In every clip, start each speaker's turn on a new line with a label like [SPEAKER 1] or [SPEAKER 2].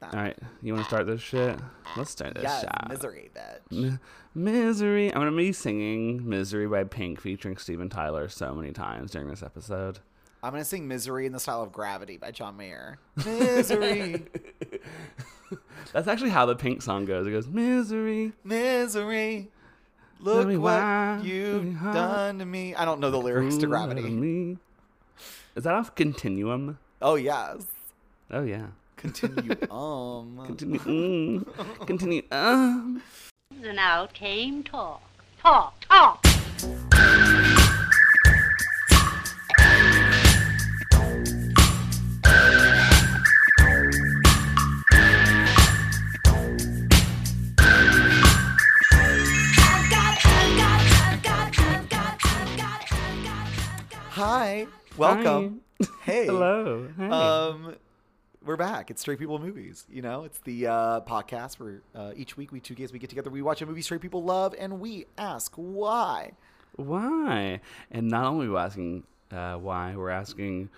[SPEAKER 1] All right, you want to start this shit? Let's start this
[SPEAKER 2] Yes,
[SPEAKER 1] shit.
[SPEAKER 2] misery, bitch.
[SPEAKER 1] Mi- Misery. I'm gonna be singing "Misery" by Pink featuring Steven Tyler so many times during this episode.
[SPEAKER 2] I'm gonna sing "Misery" in the style of "Gravity" by John Mayer. Misery,
[SPEAKER 1] That's actually how the Pink song goes. It goes "Misery."
[SPEAKER 2] misery. Look
[SPEAKER 1] me why
[SPEAKER 2] what
[SPEAKER 1] you
[SPEAKER 2] you've
[SPEAKER 1] hurt.
[SPEAKER 2] done to me. I don't know the lyrics to
[SPEAKER 1] ooh,
[SPEAKER 2] "Gravity."
[SPEAKER 1] me. Is that off Continuum?
[SPEAKER 2] Oh yes,
[SPEAKER 1] Oh yeah.
[SPEAKER 2] continue. Um,
[SPEAKER 1] Continue. mm. Continue. Um.
[SPEAKER 3] And out came talk. Talk, talk.
[SPEAKER 2] hi, welcome.
[SPEAKER 1] Hi.
[SPEAKER 2] Hey,
[SPEAKER 1] Hello. Hey.
[SPEAKER 2] Um, we're back. It's Straight People Movies. You know, it's the uh, podcast where uh, each week we two gays we get together, we watch a movie straight people love, and we ask why.
[SPEAKER 1] why? And not only we're asking uh, why, we're asking,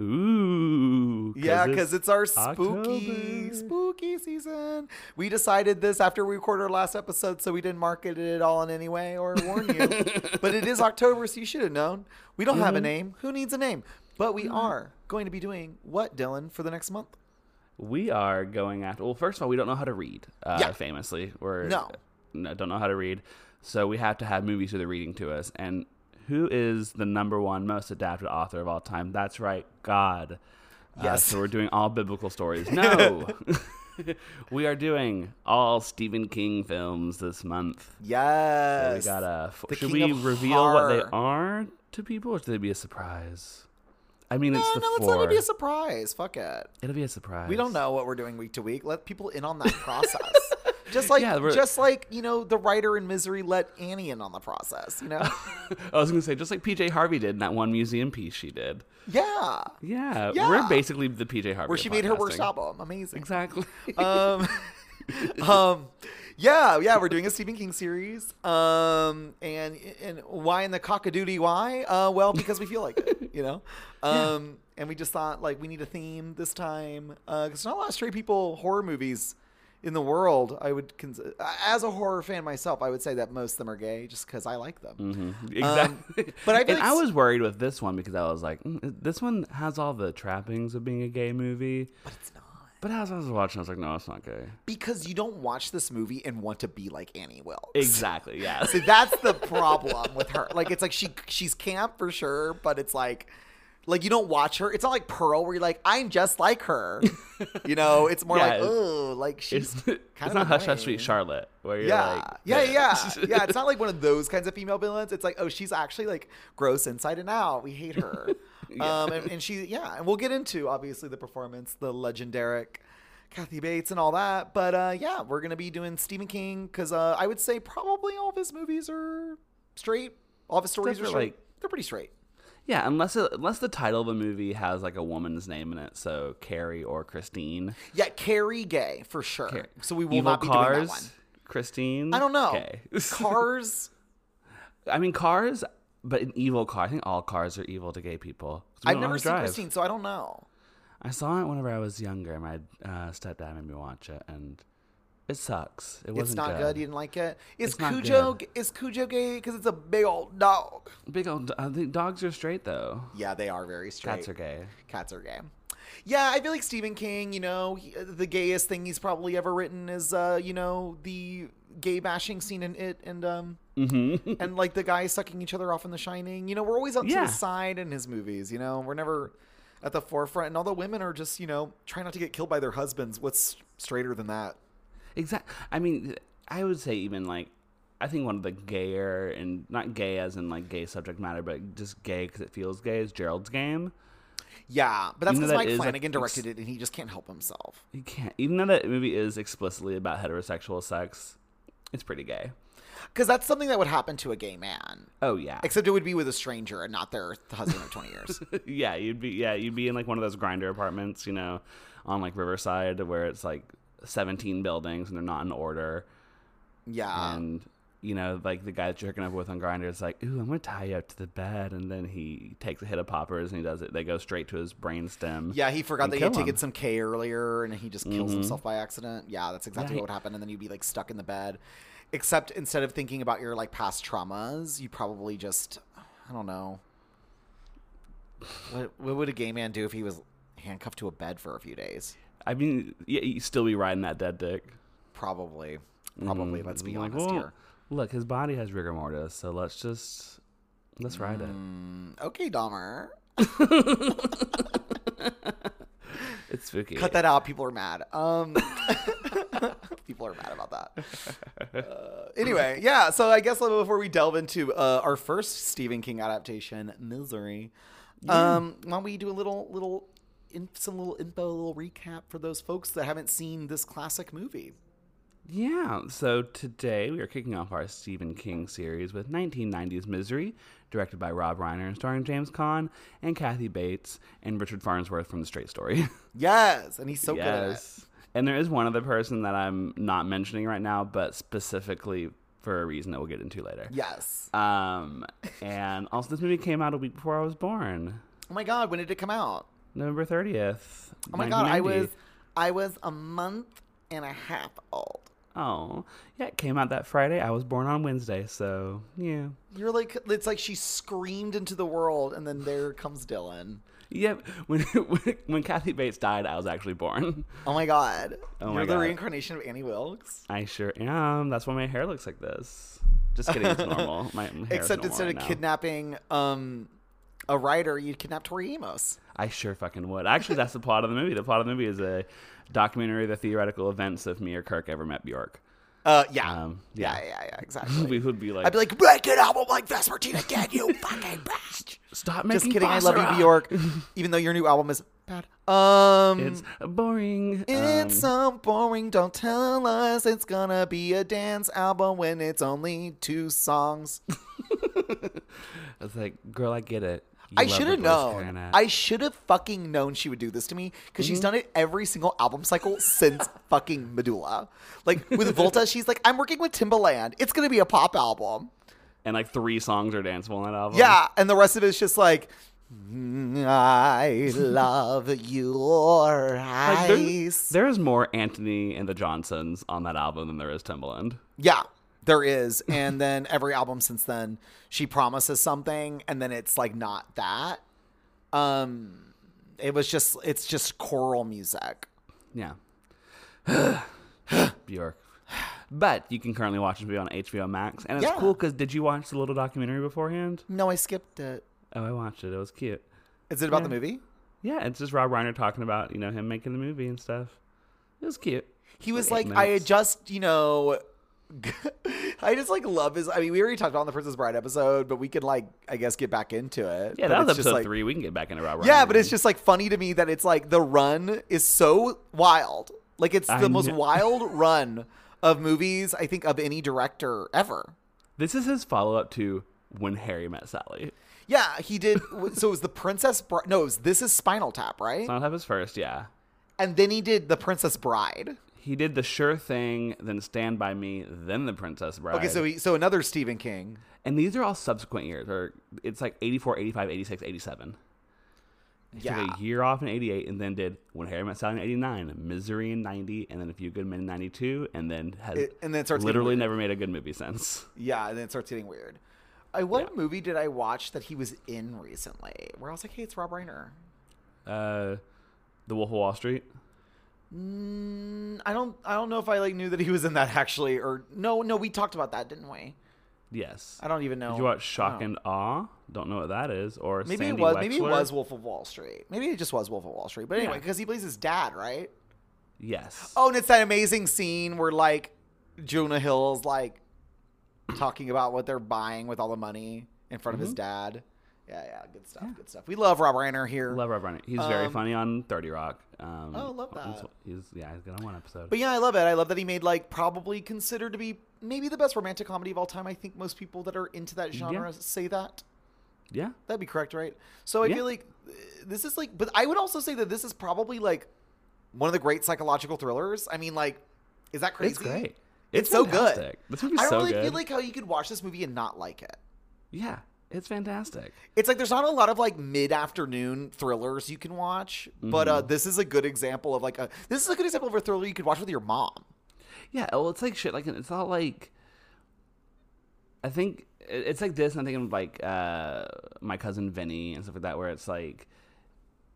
[SPEAKER 1] ooh.
[SPEAKER 2] Yeah, because it's our spooky,
[SPEAKER 1] October.
[SPEAKER 2] spooky season. We decided this after we recorded our last episode, so we didn't market it at all in any way or warn you. but it is October, so you should have known. We don't
[SPEAKER 1] Mm-hmm.
[SPEAKER 2] have a name. Who needs a name? But we are going to be doing what, Dylan, for the next month?
[SPEAKER 1] we are going after. Well, first of all, we don't know how to read. Uh,
[SPEAKER 2] Yeah.
[SPEAKER 1] Famously, we're
[SPEAKER 2] No.
[SPEAKER 1] no, don't know how to read. So we have to have movies do the reading to us. And who is the number one most adapted author of all time? That's right, God. Uh,
[SPEAKER 2] Yes.
[SPEAKER 1] so we're doing all biblical stories. No. we are doing all Stephen King films this month. So
[SPEAKER 2] Yes.
[SPEAKER 1] we got a. F-
[SPEAKER 2] The
[SPEAKER 1] should
[SPEAKER 2] king
[SPEAKER 1] we
[SPEAKER 2] of
[SPEAKER 1] reveal what they
[SPEAKER 2] horror.
[SPEAKER 1] are to people, or should they be a surprise? I mean, it's
[SPEAKER 2] No,
[SPEAKER 1] the
[SPEAKER 2] no, it's
[SPEAKER 1] four.
[SPEAKER 2] not going to be a surprise. Fuck it.
[SPEAKER 1] It'll be a surprise.
[SPEAKER 2] We don't know what we're doing week to week. Let people in on that process. just like
[SPEAKER 1] Yeah, we're-
[SPEAKER 2] just like, you know, the writer in misery let Annie in on the process, you know?
[SPEAKER 1] I was gonna say just like PJ Harvey did in that one museum piece she did.
[SPEAKER 2] yeah.
[SPEAKER 1] Yeah,
[SPEAKER 2] Yeah.
[SPEAKER 1] we're basically the PJ Harvey.
[SPEAKER 2] Where
[SPEAKER 1] of
[SPEAKER 2] she made her worst
[SPEAKER 1] podcasting.
[SPEAKER 2] album. Amazing.
[SPEAKER 1] Exactly.
[SPEAKER 2] Um Um Yeah, yeah, we're doing a Stephen King series. Um and and why in the cockadoodie why? Uh well because we feel like it, you know? Um and we just thought like we need a theme this time. Uh 'cause there's not a lot of straight people horror movies in the world, I would cons- as a horror fan myself, I would say that most of them are gay just because I like them.
[SPEAKER 1] Mm-hmm. exactly.
[SPEAKER 2] Um, but I feel
[SPEAKER 1] and
[SPEAKER 2] like
[SPEAKER 1] I
[SPEAKER 2] s-
[SPEAKER 1] was worried with this one because I was like, "Mm, this one has all the trappings of being a gay movie.
[SPEAKER 2] But it's not.
[SPEAKER 1] But as I was watching, I was like, no, it's not gay.
[SPEAKER 2] Because you don't watch this movie and want to be like Annie Wilkes.
[SPEAKER 1] Exactly. Yeah.
[SPEAKER 2] See, that's the problem with her. Like, it's like she she's camp for sure, but it's like, like you don't watch her. It's not like Pearl where you're like, I'm just like her. You know, it's more
[SPEAKER 1] Yeah,
[SPEAKER 2] like,
[SPEAKER 1] it's-
[SPEAKER 2] oh, like she's
[SPEAKER 1] It's,
[SPEAKER 2] kind
[SPEAKER 1] it's
[SPEAKER 2] of
[SPEAKER 1] not Hush Hush
[SPEAKER 2] annoying."
[SPEAKER 1] Sweet Charlotte, where you're
[SPEAKER 2] Yeah,
[SPEAKER 1] like,
[SPEAKER 2] yeah, yeah, yeah. It's not like one of those kinds of female villains. It's like, oh, she's actually like gross inside and out. We hate her. Um, and, and she, yeah, and we'll get into obviously the performance, the legendary Kathy Bates and all that. But uh, yeah, we're gonna be doing Stephen King because uh, I would say probably all of his movies are straight. All of his stories are
[SPEAKER 1] Except for,
[SPEAKER 2] straight.
[SPEAKER 1] like-
[SPEAKER 2] They're pretty straight.
[SPEAKER 1] Yeah, unless it, unless the title of a movie has like a woman's name in it, so Carrie or Christine.
[SPEAKER 2] Yeah, Carrie Gay for sure.
[SPEAKER 1] Car-
[SPEAKER 2] So we will
[SPEAKER 1] Evil
[SPEAKER 2] not be
[SPEAKER 1] cars,
[SPEAKER 2] doing that one.
[SPEAKER 1] Christine.
[SPEAKER 2] I don't know.
[SPEAKER 1] Okay.
[SPEAKER 2] Cars.
[SPEAKER 1] I mean cars, but an evil car. I think all cars are evil to gay people. 'cause we
[SPEAKER 2] I've
[SPEAKER 1] don't know how
[SPEAKER 2] never
[SPEAKER 1] to
[SPEAKER 2] seen
[SPEAKER 1] drive.
[SPEAKER 2] Christine, so I don't know.
[SPEAKER 1] I saw it whenever I was younger. My uh, stepdad made me watch it, and it sucks. It wasn't
[SPEAKER 2] It's not good. You didn't like it. Is
[SPEAKER 1] It's not
[SPEAKER 2] Cujo
[SPEAKER 1] good.
[SPEAKER 2] is Cujo gay? Because it's a big old dog.
[SPEAKER 1] Big old. I think dogs are straight though.
[SPEAKER 2] Yeah, they are very straight.
[SPEAKER 1] Cats are gay.
[SPEAKER 2] Cats are gay. Yeah, I feel like Stephen King. You know, he, uh, the gayest thing he's probably ever written is, uh, you know, the gay bashing scene in it, and um, and like the guys sucking each other off in The Shining. You know, we're always on
[SPEAKER 1] Yeah.
[SPEAKER 2] to the side in his movies. You know, we're never at the forefront, and all the women are just, you know, trying not to get killed by their husbands. What's straighter than that?
[SPEAKER 1] Exactly. I mean, I would say even like, I think one of the gayer and not gay as in like gay subject matter, but just gay because it feels gay is Gerald's Game.
[SPEAKER 2] Yeah, but that's
[SPEAKER 1] You know
[SPEAKER 2] because
[SPEAKER 1] that
[SPEAKER 2] Mike
[SPEAKER 1] is, like,
[SPEAKER 2] Flanagan
[SPEAKER 1] ex-
[SPEAKER 2] directed it, and he just can't help himself.
[SPEAKER 1] You can't, even though that movie is explicitly about heterosexual sex, it's pretty gay.
[SPEAKER 2] Because that's something that would happen to a gay man.
[SPEAKER 1] Oh yeah,
[SPEAKER 2] Except it would be with a stranger and not their husband of 20 years.
[SPEAKER 1] yeah. You'd be yeah, you'd be in like one of those grinder apartments, you know, on like Riverside where it's like seventeen buildings and they're not in order,
[SPEAKER 2] Yeah.
[SPEAKER 1] and you know, like the guy that you're hooking up with on Grinder is like, ooh, I'm gonna tie you up to the bed, and then he takes a hit of poppers and he does it. They go straight to his brainstem.
[SPEAKER 2] Yeah, he forgot
[SPEAKER 1] and
[SPEAKER 2] that he had
[SPEAKER 1] kill
[SPEAKER 2] taken
[SPEAKER 1] him.
[SPEAKER 2] some K earlier and he just kills
[SPEAKER 1] Mhm.
[SPEAKER 2] himself by accident. Yeah, that's exactly
[SPEAKER 1] Right.
[SPEAKER 2] what would happen. And then you'd be like stuck in the bed. Except instead of thinking about your like past traumas, you probably just, I don't know. What, what would a gay man do if he was handcuffed to a bed for a few days?
[SPEAKER 1] I mean, yeah, you still be riding that dead dick.
[SPEAKER 2] Probably. Probably, let's be
[SPEAKER 1] Like,
[SPEAKER 2] honest
[SPEAKER 1] Mm-hmm. well,
[SPEAKER 2] here.
[SPEAKER 1] look, his body has rigor mortis, so let's just let's ride it.
[SPEAKER 2] Okay, Dahmer.
[SPEAKER 1] It's spooky.
[SPEAKER 2] Cut that out. People are mad. Um, people are mad about that. Uh, anyway, yeah. So I guess a little before we delve into uh, our first Stephen King adaptation, Misery, um, why don't we do a little little in, some little info, a little recap for those folks that haven't seen this classic movie.
[SPEAKER 1] Yeah, so today we are kicking off our Stephen King series with 1990's Misery, directed by Rob Reiner and starring James Caan and Kathy Bates and Richard Farnsworth from The Straight Story.
[SPEAKER 2] Yes, and he's so good at it.
[SPEAKER 1] yes. And there is one other person that I'm not mentioning right now, but specifically for a reason that we'll get into later.
[SPEAKER 2] Yes.
[SPEAKER 1] Um, and also, this movie came out a week before I was born,
[SPEAKER 2] Oh my God, when did it come out?
[SPEAKER 1] November 30th.
[SPEAKER 2] Oh my God, I
[SPEAKER 1] 1990.
[SPEAKER 2] was I was a month and a half old.
[SPEAKER 1] Oh, yeah, it came out that Friday. I was born on Wednesday, so yeah.
[SPEAKER 2] You're like it's like she screamed into the world, and then there comes Dylan.
[SPEAKER 1] Yep. When when, when Kathy Bates died, I was actually born.
[SPEAKER 2] Oh my god!
[SPEAKER 1] Oh my
[SPEAKER 2] You're the
[SPEAKER 1] God.
[SPEAKER 2] reincarnation of Annie Wilkes.
[SPEAKER 1] I sure am. That's why my hair looks like this. Just kidding. It's normal. My, my hair
[SPEAKER 2] Except
[SPEAKER 1] is normal
[SPEAKER 2] instead of
[SPEAKER 1] right now.
[SPEAKER 2] kidnapping um, a writer, you'd kidnap Tori Amos.
[SPEAKER 1] I sure fucking would. Actually, that's the plot of the movie. The plot of the movie is a documentary of the theoretical events if me or Kirk ever met Bjork.
[SPEAKER 2] Uh, yeah.
[SPEAKER 1] Um,
[SPEAKER 2] yeah,
[SPEAKER 1] yeah.
[SPEAKER 2] yeah, yeah, exactly.
[SPEAKER 1] We would be like,
[SPEAKER 2] I'd be like, make an album like Vespertine again, you fucking bitch.
[SPEAKER 1] stop
[SPEAKER 2] Just
[SPEAKER 1] making
[SPEAKER 2] kidding. I love you,
[SPEAKER 1] Basra.
[SPEAKER 2] Bjork. Even though your new album is bad. Um,
[SPEAKER 1] It's boring.
[SPEAKER 2] It's
[SPEAKER 1] Um,
[SPEAKER 2] so boring. Don't tell us it's gonna be a dance album when it's only two songs.
[SPEAKER 1] I was like, girl, I get it. You
[SPEAKER 2] I
[SPEAKER 1] love
[SPEAKER 2] should have
[SPEAKER 1] Nicolas
[SPEAKER 2] known.
[SPEAKER 1] Cage.
[SPEAKER 2] I should have fucking known she would do this to me because
[SPEAKER 1] Mm-hmm.
[SPEAKER 2] she's done it every single album cycle since fucking Medulla. Like with Volta, she's like, I'm working with Timbaland. It's gonna be a pop album.
[SPEAKER 1] and like three songs are danceable on that album.
[SPEAKER 2] Yeah, and the rest of it's just like. "Mm, I love your
[SPEAKER 1] Like,
[SPEAKER 2] eyes.
[SPEAKER 1] there's, there is more Anthony and the Johnsons on that album than there is Timbaland.
[SPEAKER 2] Yeah, there is. And then every album since then, she promises something, and then it's like not that. Um, it was just it's just choral music.
[SPEAKER 1] Yeah. Bjork. But you can currently watch this movie on HBO Max, and it's
[SPEAKER 2] Yeah.
[SPEAKER 1] cool because did you watch the little documentary beforehand?
[SPEAKER 2] No, I skipped it.
[SPEAKER 1] Oh, I watched it. It was cute.
[SPEAKER 2] Is it about the
[SPEAKER 1] Yeah.
[SPEAKER 2] movie?
[SPEAKER 1] Yeah, it's just Rob Reiner talking about you know him making the movie and stuff. It was cute.
[SPEAKER 2] He was
[SPEAKER 1] Like
[SPEAKER 2] like,
[SPEAKER 1] eight
[SPEAKER 2] I
[SPEAKER 1] minutes.
[SPEAKER 2] had just, you know, I just like love his. I mean, we already talked about it on the Princess Bride episode, but we can like, I guess, get back into it.
[SPEAKER 1] Yeah,
[SPEAKER 2] But
[SPEAKER 1] that was
[SPEAKER 2] it's just,
[SPEAKER 1] episode
[SPEAKER 2] like-
[SPEAKER 1] three. We can get back into Rob Reiner.
[SPEAKER 2] Yeah, but it's
[SPEAKER 1] again.
[SPEAKER 2] just like funny to me that it's like the run is so wild. Like it's the
[SPEAKER 1] I
[SPEAKER 2] most
[SPEAKER 1] kn-
[SPEAKER 2] wild run of movies I think of any director ever.
[SPEAKER 1] this is his follow up to When Harry Met Sally.
[SPEAKER 2] Yeah, he did. so it was the Princess Bride. No, it was this is Spinal Tap, right?
[SPEAKER 1] So I'll have his first. Yeah,
[SPEAKER 2] And then he did the Princess Bride.
[SPEAKER 1] he did the Sure Thing, then Stand by Me, then the Princess Bride.
[SPEAKER 2] Okay, so he, so another Stephen King.
[SPEAKER 1] and these are all subsequent years, or it's like 84, 85, 86, 87. He
[SPEAKER 2] Yeah.
[SPEAKER 1] took a year off in 88 and then did When Harry Met Sally in 89, Misery in 90, and then A Few Good Men in 92, and then has
[SPEAKER 2] It- and then it starts getting
[SPEAKER 1] literally
[SPEAKER 2] weird.
[SPEAKER 1] never made a good movie since.
[SPEAKER 2] Yeah, and then it starts getting weird. I, what movie did I watch that he was in recently? Where I was like, hey, it's Rob Reiner.
[SPEAKER 1] Uh, the Wolf of Wall Street.
[SPEAKER 2] Mm, I don't, I don't know if I like knew that he was in that actually, or no, no, we talked about that, didn't we?
[SPEAKER 1] Yes.
[SPEAKER 2] I don't even know.
[SPEAKER 1] Did you watch Shock
[SPEAKER 2] No.
[SPEAKER 1] and Awe? Don't know what that is. Or
[SPEAKER 2] Maybe
[SPEAKER 1] Sandy
[SPEAKER 2] it was. Maybe it
[SPEAKER 1] Wexler?
[SPEAKER 2] was Wolf of Wall Street. Maybe it just was Wolf of Wall Street. But anyway,
[SPEAKER 1] Yeah.
[SPEAKER 2] because he plays his dad, right?
[SPEAKER 1] Yes.
[SPEAKER 2] Oh, and it's that amazing scene where like Jonah Hill's like talking about what they're buying with all the money in front of his
[SPEAKER 1] Mm-hmm.
[SPEAKER 2] dad. Yeah, yeah, good stuff, good stuff. We love Rob Reiner here.
[SPEAKER 1] Love Rob Reiner. He's very
[SPEAKER 2] Um,
[SPEAKER 1] funny on Thirty Rock. Um,
[SPEAKER 2] Oh, love
[SPEAKER 1] he's-
[SPEAKER 2] that.
[SPEAKER 1] He's, yeah, he's good on one episode.
[SPEAKER 2] But yeah, I love it. I love that he made like probably considered to be maybe the best romantic comedy of all time. I think most people that are into that genre say that.
[SPEAKER 1] yeah,
[SPEAKER 2] That'd be correct, right? So I
[SPEAKER 1] Yeah.
[SPEAKER 2] feel like uh, this is like, but I would also say that this is probably like one of the great psychological thrillers. I mean, like, is that crazy?
[SPEAKER 1] it's great.
[SPEAKER 2] It's, so good.
[SPEAKER 1] fantastic. This movie's
[SPEAKER 2] I
[SPEAKER 1] so
[SPEAKER 2] really feel
[SPEAKER 1] good.
[SPEAKER 2] like how you could watch this movie and not like it.
[SPEAKER 1] Yeah, it's fantastic.
[SPEAKER 2] It's like there's not a lot of like mid-afternoon thrillers you can watch, but
[SPEAKER 1] Mm-hmm.
[SPEAKER 2] uh, this is a good example of like a this is a good example of a thriller you could watch with your mom.
[SPEAKER 1] Yeah, well, it's like shit. Like it's not like. I think it- it's like this. And I'm thinking of like uh, my cousin Vinny and stuff like that, where it's like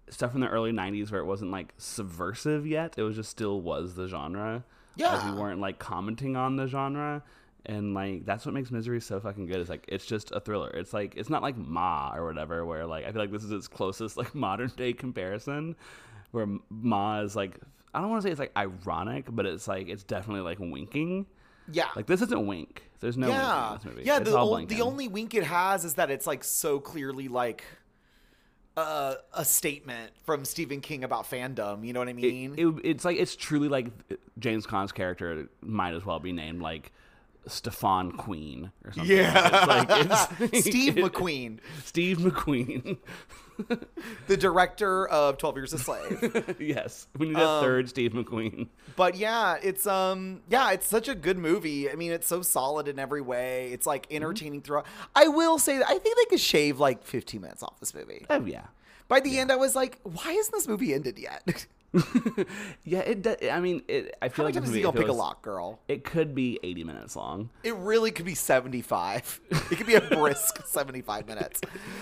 [SPEAKER 1] stuff from the early '90s where it wasn't like subversive yet. It was just still was the genre. Like,
[SPEAKER 2] Yeah.
[SPEAKER 1] we weren't like commenting on the genre. And like that's what makes misery so fucking good. Is like it's just a thriller. It's like it's not like Ma or whatever. Where like I feel like this is its closest like modern day comparison, where M- Ma is like I don't want to say it's like ironic, but it's like it's definitely like winking.
[SPEAKER 2] Yeah.
[SPEAKER 1] Like this isn't wink. There's no wink
[SPEAKER 2] yeah.
[SPEAKER 1] in this movie.
[SPEAKER 2] Yeah,
[SPEAKER 1] it's
[SPEAKER 2] the,
[SPEAKER 1] all
[SPEAKER 2] ol- the
[SPEAKER 1] blinking.
[SPEAKER 2] only wink it has is that it's like so clearly like uh, a statement from Stephen King about fandom, you know what I mean?
[SPEAKER 1] it, it's like it's truly like uh, James Conn's character might as well be named like Stefan Queen or something.
[SPEAKER 2] yeah.
[SPEAKER 1] It's like it's,
[SPEAKER 2] Steve
[SPEAKER 1] it-
[SPEAKER 2] McQueen,
[SPEAKER 1] Steve McQueen.
[SPEAKER 2] the director of 12 Years a Slave.
[SPEAKER 1] yes, we need a
[SPEAKER 2] Um,
[SPEAKER 1] third Steve McQueen.
[SPEAKER 2] but yeah it's um yeah it's such a good movie i mean it's so solid in every way it's
[SPEAKER 1] Mm-hmm.
[SPEAKER 2] like entertaining throughout i will say that i think they could shave like 15 minutes off this movie
[SPEAKER 1] Oh yeah,
[SPEAKER 2] by the end i was like why isn't this movie ended yet
[SPEAKER 1] yeah. It. does I mean, it. I
[SPEAKER 2] how
[SPEAKER 1] feel
[SPEAKER 2] many
[SPEAKER 1] like this
[SPEAKER 2] times is
[SPEAKER 1] movie,
[SPEAKER 2] he
[SPEAKER 1] if
[SPEAKER 2] gonna
[SPEAKER 1] it
[SPEAKER 2] pick a
[SPEAKER 1] was-
[SPEAKER 2] lock girl
[SPEAKER 1] It could be 80 minutes long.
[SPEAKER 2] it really could be 75 it could be a brisk 75 minutes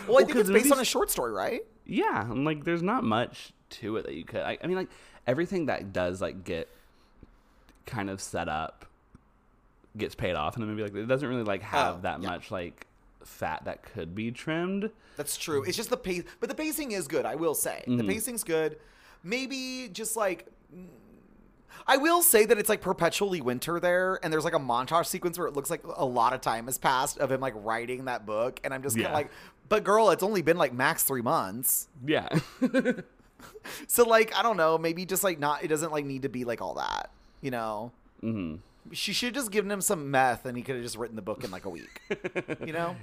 [SPEAKER 2] well i think
[SPEAKER 1] 'cause
[SPEAKER 2] it's based on
[SPEAKER 1] movies-
[SPEAKER 2] a short story right
[SPEAKER 1] Yeah, and like there's not much to it that you could. I, I mean, like everything that does like get kind of set up gets paid off in the movie. Like it doesn't really like have
[SPEAKER 2] Oh,
[SPEAKER 1] that
[SPEAKER 2] yeah.
[SPEAKER 1] much like fat that could be trimmed.
[SPEAKER 2] That's true. It's just the pace, but the pacing is good. I will say the pacing's good. Maybe just like mm, I will say that it's like perpetually winter there, and there's like a montage sequence where it looks like a lot of time has passed of him like writing that book, and I'm just kind
[SPEAKER 1] Yeah.
[SPEAKER 2] of like, but girl, it's only been like max three months,
[SPEAKER 1] Yeah,
[SPEAKER 2] so like I don't know, maybe just like not it doesn't like need to be like all that, you know.
[SPEAKER 1] Mm-hmm.
[SPEAKER 2] She should have just given him some meth, and he could have just written the book in like a week, you know.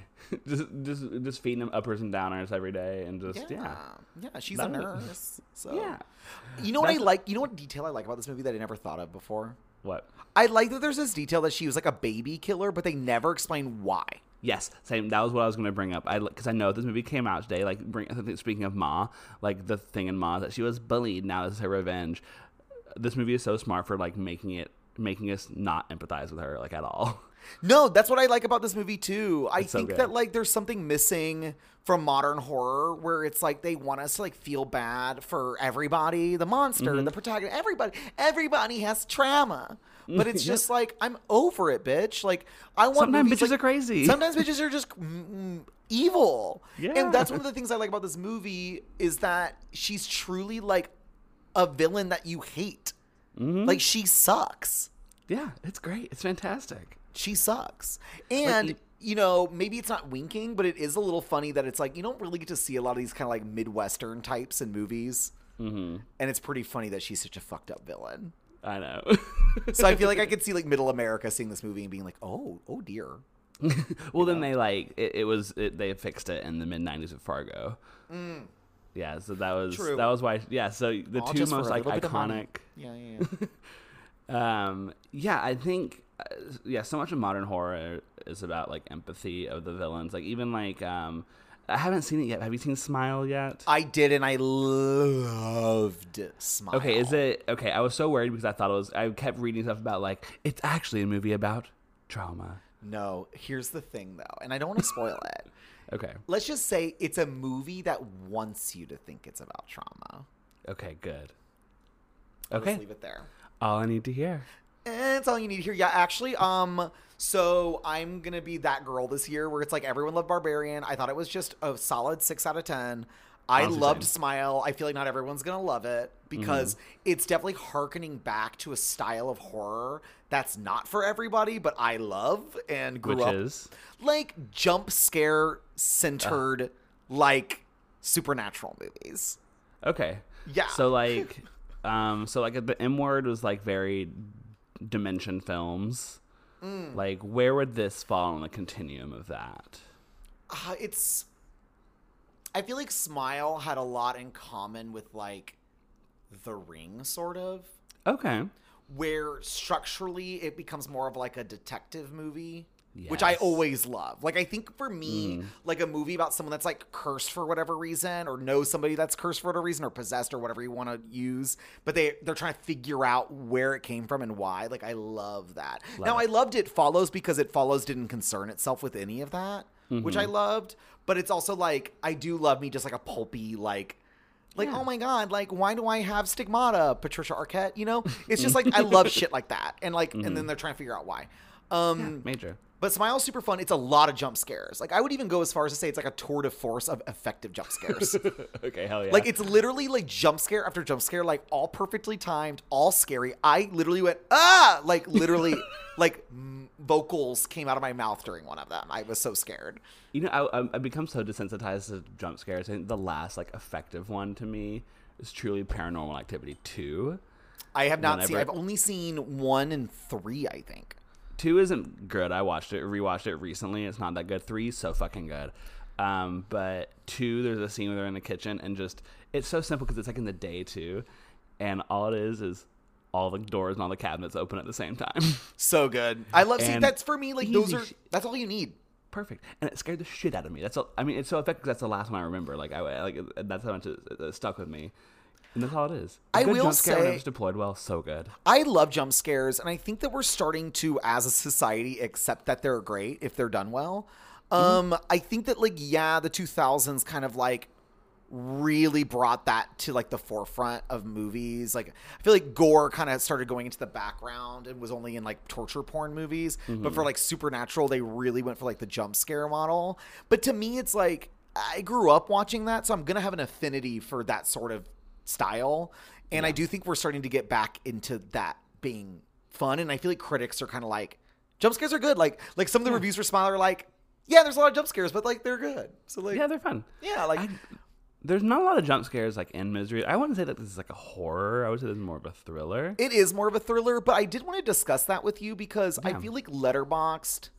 [SPEAKER 1] just just just feeding them uppers and downers every day, and just
[SPEAKER 2] Yeah.
[SPEAKER 1] yeah,
[SPEAKER 2] Yeah, she's a
[SPEAKER 1] That was-
[SPEAKER 2] nurse. So
[SPEAKER 1] Yeah.
[SPEAKER 2] You know what I
[SPEAKER 1] That's-
[SPEAKER 2] like? You know what detail I like about this movie that I never thought of before?
[SPEAKER 1] what?
[SPEAKER 2] I like that there's this detail that she was like a baby killer, but they never explain why.
[SPEAKER 1] Yes, same. That was what I was going to bring up. I because I know this movie came out today. Like, bring, I think speaking of Ma, like the thing in Ma is that she was bullied. Now this is her revenge. This movie is so smart for like making it, making us not empathize with her like at all.
[SPEAKER 2] No, that's what I like about this movie too. I
[SPEAKER 1] It's so
[SPEAKER 2] think
[SPEAKER 1] good.
[SPEAKER 2] that like there's something missing from modern horror where it's like they want us to like feel bad for everybody, the monster,
[SPEAKER 1] Mm-hmm.
[SPEAKER 2] the protagonist, everybody. Everybody has trauma. But it's
[SPEAKER 1] Yes.
[SPEAKER 2] just like I'm over it, bitch. Like I want
[SPEAKER 1] Sometimes
[SPEAKER 2] movies,
[SPEAKER 1] bitches
[SPEAKER 2] like-
[SPEAKER 1] are crazy.
[SPEAKER 2] Sometimes bitches are just mm, mm, evil.
[SPEAKER 1] Yeah.
[SPEAKER 2] And that's one of the things I like about this movie is that she's truly like a villain that you hate.
[SPEAKER 1] Mm-hmm.
[SPEAKER 2] Like she sucks
[SPEAKER 1] yeah, it's great. It's fantastic.
[SPEAKER 2] she sucks. And
[SPEAKER 1] you-
[SPEAKER 2] you know, maybe it's not winking, but it is a little funny that it's like you don't really get to see a lot of these kind of like midwestern types in movies. Mm-hmm. And it's pretty funny that she's such a fucked up villain.
[SPEAKER 1] I know.
[SPEAKER 2] So I feel like I could see like middle America seeing this movie and being like, oh, oh dear.
[SPEAKER 1] well, then they like it, it was it, they fixed it in the mid '90s with Fargo. Yeah, so that was
[SPEAKER 2] Mm. True.
[SPEAKER 1] that was why. Yeah, so the
[SPEAKER 2] All
[SPEAKER 1] two
[SPEAKER 2] just for
[SPEAKER 1] most
[SPEAKER 2] a
[SPEAKER 1] like
[SPEAKER 2] little bit of money.
[SPEAKER 1] iconic.
[SPEAKER 2] Yeah, yeah, yeah.
[SPEAKER 1] Um, yeah, I think uh, yeah, so much of modern horror is about like empathy of the villains. Like even like um, I haven't seen it yet. Have you seen Smile yet?
[SPEAKER 2] I did, and I loved Smile.
[SPEAKER 1] Okay, is it okay? I was so worried because I thought it was. I kept reading stuff about like it's actually a movie about trauma.
[SPEAKER 2] No, here's the thing though, and I don't want to spoil it.
[SPEAKER 1] Okay,
[SPEAKER 2] Let's just say it's a movie that wants you to think it's about trauma.
[SPEAKER 1] okay, good.
[SPEAKER 2] I'll
[SPEAKER 1] Okay,
[SPEAKER 2] Just leave it there.
[SPEAKER 1] all I need to hear.
[SPEAKER 2] Eh, That's all you need to hear. Yeah, actually, um, so I'm gonna be that girl this year where it's like everyone loved Barbarian. I thought it was just a solid six out of ten. I
[SPEAKER 1] Honestly,
[SPEAKER 2] loved
[SPEAKER 1] same.
[SPEAKER 2] Smile. I feel like not everyone's gonna love it because
[SPEAKER 1] Mm-hmm.
[SPEAKER 2] it's definitely harkening back to a style of horror that's not for everybody, but I love and grew
[SPEAKER 1] Which
[SPEAKER 2] up
[SPEAKER 1] is?
[SPEAKER 2] like jump scare centered
[SPEAKER 1] Ah.
[SPEAKER 2] like supernatural movies.
[SPEAKER 1] Okay.
[SPEAKER 2] Yeah.
[SPEAKER 1] So like, um, so like the M word was like very dimension films. Like, where would this fall on the continuum of that?
[SPEAKER 2] uh, it's i feel like smile had a lot in common with like the ring sort of
[SPEAKER 1] Okay.
[SPEAKER 2] where structurally it becomes more of like a detective movie. Which I
[SPEAKER 1] Yes.
[SPEAKER 2] always love. Like, I think for me, like a movie about someone that's like cursed for whatever reason, or knows somebody that's cursed for whatever reason, or possessed, or whatever you want to use, but they they're trying to figure out where it came from and why. Like, I love that. now, I loved it follows because it follows didn't concern itself with any of that, which I loved. But it's also like I do love me just like a pulpy like like, oh my God, like, why do I have stigmata, Patricia Arquette? You know, it's just like, I love shit like that. And like, and then they're trying to figure out why. Um,
[SPEAKER 1] Major.
[SPEAKER 2] But Smile's super fun. It's a lot of jump scares. Like, I would even go as far as to say it's like a tour de force of effective jump scares.
[SPEAKER 1] Okay, hell yeah.
[SPEAKER 2] like, it's literally like jump scare after jump scare, like all perfectly timed, all scary. I literally went, ah, like, literally, like, m- vocals came out of my mouth during one of them. I was so scared.
[SPEAKER 1] You know, I, I- I've become so desensitized to jump scares. I think the last like effective one to me is truly Paranormal Activity two.
[SPEAKER 2] I have not seen,
[SPEAKER 1] Whenever-
[SPEAKER 2] I've only seen one and three, I think.
[SPEAKER 1] Two isn't good. I watched it, rewatched it recently. It's not that good. Three is so fucking good. Um, but two, there's a scene where they're in the kitchen and just it's so simple because it's like in the day too, and all it is is all the doors and all the cabinets open at the same time.
[SPEAKER 2] So good. I love see
[SPEAKER 1] And
[SPEAKER 2] that's for me like those
[SPEAKER 1] easy
[SPEAKER 2] are
[SPEAKER 1] sh-
[SPEAKER 2] that's all you need.
[SPEAKER 1] Perfect, and it scared the shit out of me. That's all, I mean, it's so effective. 'cause That's the last one I remember. Like I like that's how much it, it stuck with me, and that's all it is. A
[SPEAKER 2] I
[SPEAKER 1] good
[SPEAKER 2] will
[SPEAKER 1] jump scare when it
[SPEAKER 2] say-
[SPEAKER 1] was deployed well, so good.
[SPEAKER 2] I love jump scares and I think that we're starting to as a society accept that they're great if they're done well. Um
[SPEAKER 1] Mm-hmm.
[SPEAKER 2] I think that like yeah, the 2000s kind of like really brought that to like the forefront of movies. Like I feel like gore kind of started going into the background and was only in like torture porn movies, but for like supernatural they really went for like the jump scare model. But to me it's like I grew up watching that, so I'm going to have an affinity for that sort of style. And I do think we're starting to get back into that being fun. And I feel like critics are kind of like, jump scares are good. Like, like some of the reviews for Smile are like, yeah, there's a lot of jump scares, but like they're good. So like,
[SPEAKER 1] Yeah,
[SPEAKER 2] yeah,
[SPEAKER 1] they're fun.
[SPEAKER 2] like
[SPEAKER 1] I- There's not a lot of jump scares like in Misery. I wouldn't say that this is like a horror. I would say this is more of a thriller.
[SPEAKER 2] it is more of a thriller. But I did want to discuss that with you because I feel like Letterboxed.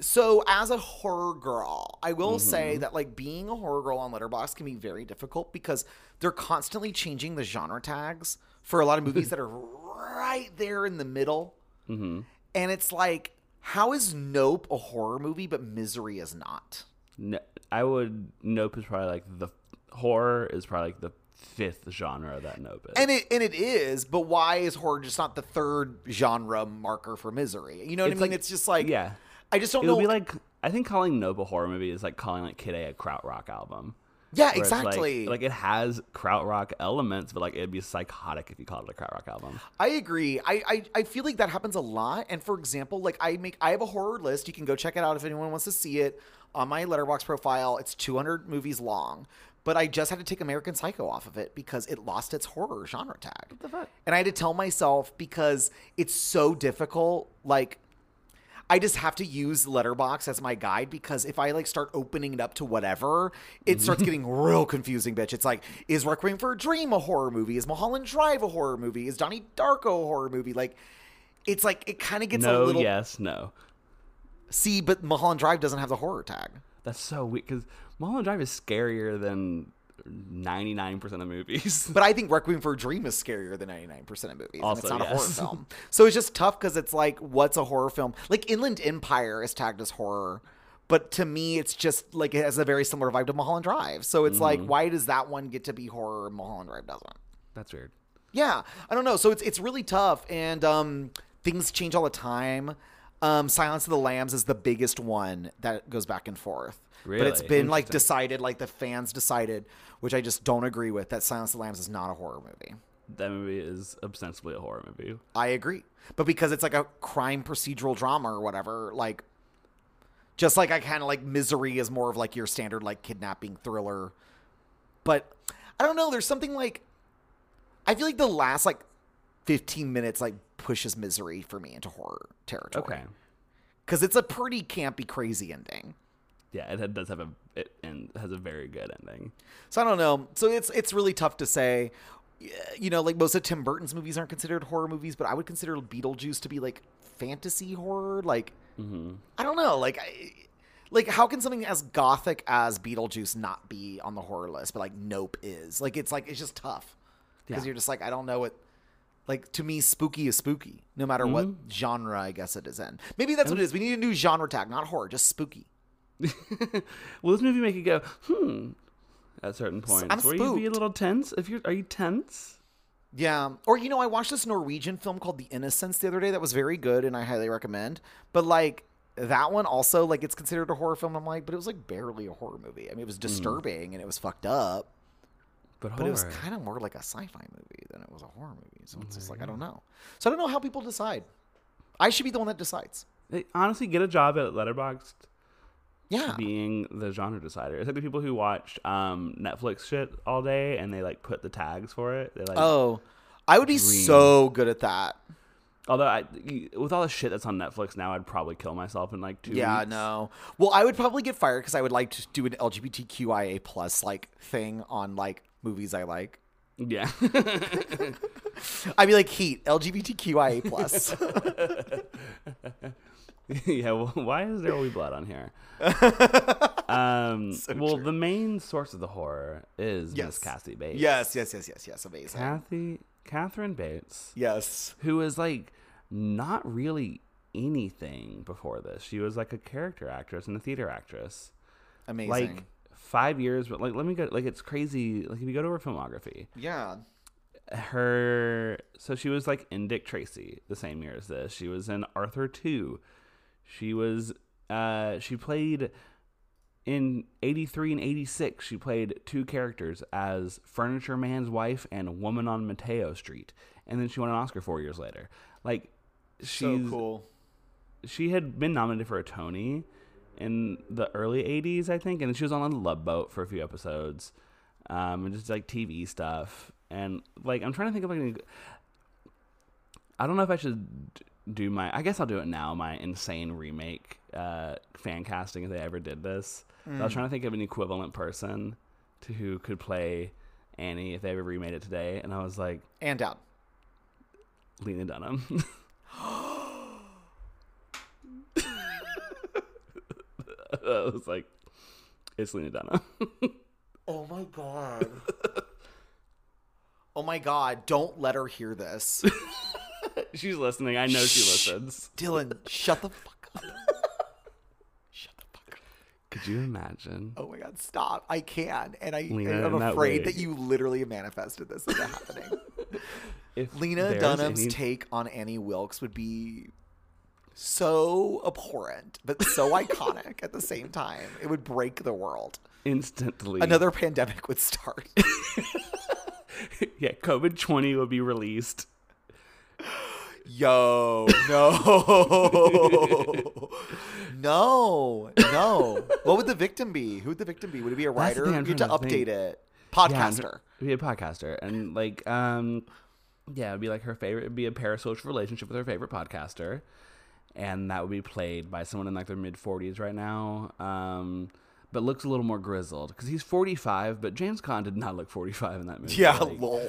[SPEAKER 2] So as a horror girl, I will say
[SPEAKER 1] Mm-hmm.
[SPEAKER 2] that like being a horror girl on Letterboxd can be very difficult because they're constantly changing the genre tags for a lot of movies that are right there in the middle.
[SPEAKER 1] Mm-hmm.
[SPEAKER 2] and it's like how is nope a horror movie but misery is not
[SPEAKER 1] No, I would Nope is probably like the horror is probably like the fifth genre that Nope is.
[SPEAKER 2] and it and it is but why is horror just not the third genre marker for misery you know what
[SPEAKER 1] It's
[SPEAKER 2] i mean
[SPEAKER 1] like-
[SPEAKER 2] it's just like
[SPEAKER 1] yeah,
[SPEAKER 2] i just don't
[SPEAKER 1] it
[SPEAKER 2] know
[SPEAKER 1] would be like I think calling Nope a horror movie is like calling like Kid A a krautrock album.
[SPEAKER 2] yeah
[SPEAKER 1] Where it's, like-
[SPEAKER 2] exactly
[SPEAKER 1] Like, it has krautrock elements, but like it'd be psychotic if you called it a krautrock album.
[SPEAKER 2] I agree. I, I I feel like that happens a lot. And for example, like I make I have a horror list. You can go check it out if anyone wants to see it on my Letterbox profile. It's 200 movies long, but I just had to take American Psycho off of it because it lost its horror genre tag. What the
[SPEAKER 1] fuck?
[SPEAKER 2] And I had to tell myself because it's so difficult. Like I just have to use Letterbox as my guide because if I like start opening it up to whatever, it starts getting real confusing, bitch. It's like, is Requiem for a Dream a horror movie? Is Mulholland Drive a horror movie? Is Donnie Darko a horror movie? Like, it's like it kind of gets
[SPEAKER 1] no,
[SPEAKER 2] a little
[SPEAKER 1] yes, no.
[SPEAKER 2] see, but Mulholland Drive doesn't have the horror tag.
[SPEAKER 1] That's so weird because Mulholland Drive is scarier than 99% of movies.
[SPEAKER 2] But I think Requiem for a Dream is scarier than 99% of movies. and
[SPEAKER 1] Also,
[SPEAKER 2] it's not a horror
[SPEAKER 1] yes.
[SPEAKER 2] film. So it's just tough because it's like, what's a horror film? Like Inland Empire is tagged as horror, but to me, it's just like it has a very similar vibe to Mulholland Drive. So it's
[SPEAKER 1] Mm-hmm.
[SPEAKER 2] like, why does that one get to be horror and Mulholland Drive doesn't?
[SPEAKER 1] That's weird.
[SPEAKER 2] Yeah, I don't know. So it's it's really tough, and um, things change all the time. Um, Silence of the Lambs is the biggest one that goes back and forth. But it's
[SPEAKER 1] Really?
[SPEAKER 2] been like decided, like the fans decided, which I just don't agree with, that Silence of the Lambs is not a horror movie.
[SPEAKER 1] That movie is ostensibly a horror movie.
[SPEAKER 2] I agree. But because it's like a crime procedural drama or whatever, like just like I kind of like misery is more of like your standard like kidnapping thriller. But I don't know, there's something like I feel like the last like 15 minutes like pushes misery for me into horror territory.
[SPEAKER 1] Okay.
[SPEAKER 2] Cuz it's a pretty campy crazy ending.
[SPEAKER 1] Yeah, it had- does have a it and has a very good ending.
[SPEAKER 2] So I don't know. So it's it's really tough to say. Y- You know, like most of Tim Burton's movies aren't considered horror movies, but I would consider Beetlejuice to be like fantasy horror. Like, I don't know. Like, I, like how can something as gothic as Beetlejuice not be on the horror list, but like Nope is? Like, it's like it's just tough because
[SPEAKER 1] Yeah.
[SPEAKER 2] you're just like I don't know what Like to me, spooky is spooky, no matter what genre I guess it is in. Maybe that's what it is. We need a new genre tag, not horror, just spooky.
[SPEAKER 1] Will this movie make you go, hmm, at certain points?
[SPEAKER 2] I'm
[SPEAKER 1] where you be a
[SPEAKER 2] spooked.
[SPEAKER 1] little tense? If you're, are you tense?
[SPEAKER 2] Yeah. Or you know, I watched this Norwegian film called The Innocents the other day that was very good and I highly recommend. But like that one also like it's considered a horror film. I'm like, but it was like barely a horror movie. I mean, it was disturbing and it was fucked up,
[SPEAKER 1] But,
[SPEAKER 2] but it was
[SPEAKER 1] horror.
[SPEAKER 2] kind of more like a sci-fi movie than it was a horror movie. So it's just like I don't know. So I don't know how people decide. I should be the one that decides.
[SPEAKER 1] They honestly get a job at Letterboxd
[SPEAKER 2] Yeah.
[SPEAKER 1] being the genre decider. It's like the people who watch um, Netflix shit all day and they like put the tags for it. They like,
[SPEAKER 2] Oh, I would be so good at that.
[SPEAKER 1] although I, you- with all the shit that's on Netflix now, I'd probably kill myself in like two.
[SPEAKER 2] Yeah,
[SPEAKER 1] weeks.
[SPEAKER 2] no. Well, I would probably get fired because I would like to do an LGBTQIA plus like thing on like movies I like.
[SPEAKER 1] yeah.
[SPEAKER 2] I'd be like Heat, LGBTQIA plus.
[SPEAKER 1] yeah, well, why is there only blood on here? um, well, the main source of the horror is Miss Kathy Bates.
[SPEAKER 2] Yes, yes, yes, yes, yes. Amazing.
[SPEAKER 1] Kathy, Catherine Bates,
[SPEAKER 2] Yes.
[SPEAKER 1] who is like not really anything before this. She was like a character actress and a theater actress.
[SPEAKER 2] Amazing.
[SPEAKER 1] Like five years, but like, let me go, like, it's crazy. Like, if you go to her filmography,
[SPEAKER 2] yeah.
[SPEAKER 1] her so she was like in Dick Tracy the same year as this. She was in Arthur 2. She was uh she played in 83 and 86 she played two characters as furniture man's wife and woman on Mateo Street. And then she won an Oscar 4 years later. Like she's
[SPEAKER 2] cool.
[SPEAKER 1] she had been nominated for a Tony in the early 80s, I think, and then she was on the Love Boat for a few episodes, um, and just like TV stuff. And like, I'm trying to think of like, an- I don't know if I should d- do my. I guess I'll do it now. My insane remake uh, fan casting if they ever did this. But I was trying to think of an equivalent person to who could play Annie if they ever remade it today, and I was like
[SPEAKER 2] And out.
[SPEAKER 1] Lena Dunham. I was like, it's Lena Dunham.
[SPEAKER 2] Oh my god. oh my god. Don't let her hear this.
[SPEAKER 1] She's listening. I know she listens.
[SPEAKER 2] Dylan, shut the fuck up. shut the fuck up.
[SPEAKER 1] Could you imagine?
[SPEAKER 2] Oh my god, stop. I can. And I,
[SPEAKER 1] Lena,
[SPEAKER 2] I'm
[SPEAKER 1] in that wig.
[SPEAKER 2] afraid that you literally manifested this into happening.
[SPEAKER 1] If
[SPEAKER 2] Lena
[SPEAKER 1] there's
[SPEAKER 2] Dunham's
[SPEAKER 1] any-
[SPEAKER 2] take on Annie Wilkes would be so abhorrent, but so iconic at the same time. It would break the world.
[SPEAKER 1] instantly
[SPEAKER 2] Another pandemic would start.
[SPEAKER 1] yeah COVID twenty would be released.
[SPEAKER 2] Yo, no. no, no. What would the victim be? Who would the victim be? Would it be a
[SPEAKER 1] That's the thing
[SPEAKER 2] writer? You
[SPEAKER 1] I'm
[SPEAKER 2] have to
[SPEAKER 1] trying to
[SPEAKER 2] update
[SPEAKER 1] think.
[SPEAKER 2] it.
[SPEAKER 1] Yeah, and-
[SPEAKER 2] Podcaster.
[SPEAKER 1] it'd be a podcaster, and like um, yeah, it'd be like her favorite. It'd be a parasocial relationship with her favorite podcaster, and that would be played by someone in like their mid forties right now. Um. But looks a little more grizzled because he's 45. But James Caan did not look 45 in that movie.
[SPEAKER 2] Yeah, um,
[SPEAKER 1] Like,
[SPEAKER 2] lol.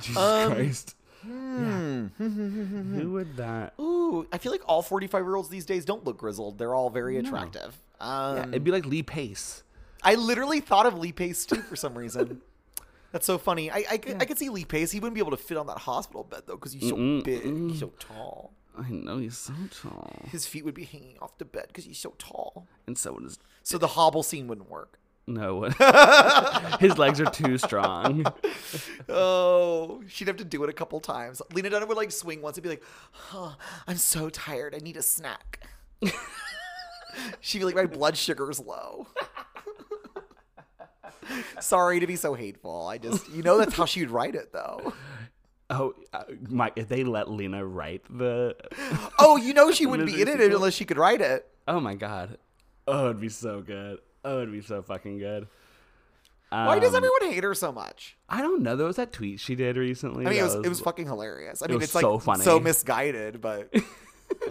[SPEAKER 1] Jesus Christ. Yeah. Who would that?
[SPEAKER 2] hmm. Ooh, I feel like all 45 year olds these days don't look grizzled. They're all very attractive. Um,
[SPEAKER 1] It'd be like Lee Pace.
[SPEAKER 2] I literally thought of Lee Pace too for some reason. That's so funny. I, I, could- I could see Lee Pace. He wouldn't be able to fit on that hospital bed though, because he's so big, he's so tall.
[SPEAKER 1] I know he's so tall,
[SPEAKER 2] His feet would be hanging off the bed because he's so tall.
[SPEAKER 1] and so is
[SPEAKER 2] So the hobble scene wouldn't work.
[SPEAKER 1] no. His legs are too strong.
[SPEAKER 2] Oh, she'd have to do it a couple times. Lena Dunham would like swing once and be like, "Huh, "I'm so tired. I need a snack." She'd be like, "My blood sugar's low." Sorry to be so hateful. I just, you know, that's how she'd write it though.
[SPEAKER 1] Oh, uh, Mike, if they let Lena write the.
[SPEAKER 2] Oh, you know she wouldn't be in
[SPEAKER 1] Misery
[SPEAKER 2] it
[SPEAKER 1] sequel.
[SPEAKER 2] unless she could write it.
[SPEAKER 1] Oh my god. Oh, it'd be so good. Oh, it'd be so fucking good.
[SPEAKER 2] Why does
[SPEAKER 1] Um,
[SPEAKER 2] everyone hate her so much?
[SPEAKER 1] I don't know. There was that tweet she did recently.
[SPEAKER 2] I mean,
[SPEAKER 1] that
[SPEAKER 2] it was it was fucking hilarious. I mean,
[SPEAKER 1] was
[SPEAKER 2] it's like
[SPEAKER 1] so funny.
[SPEAKER 2] so misguided, but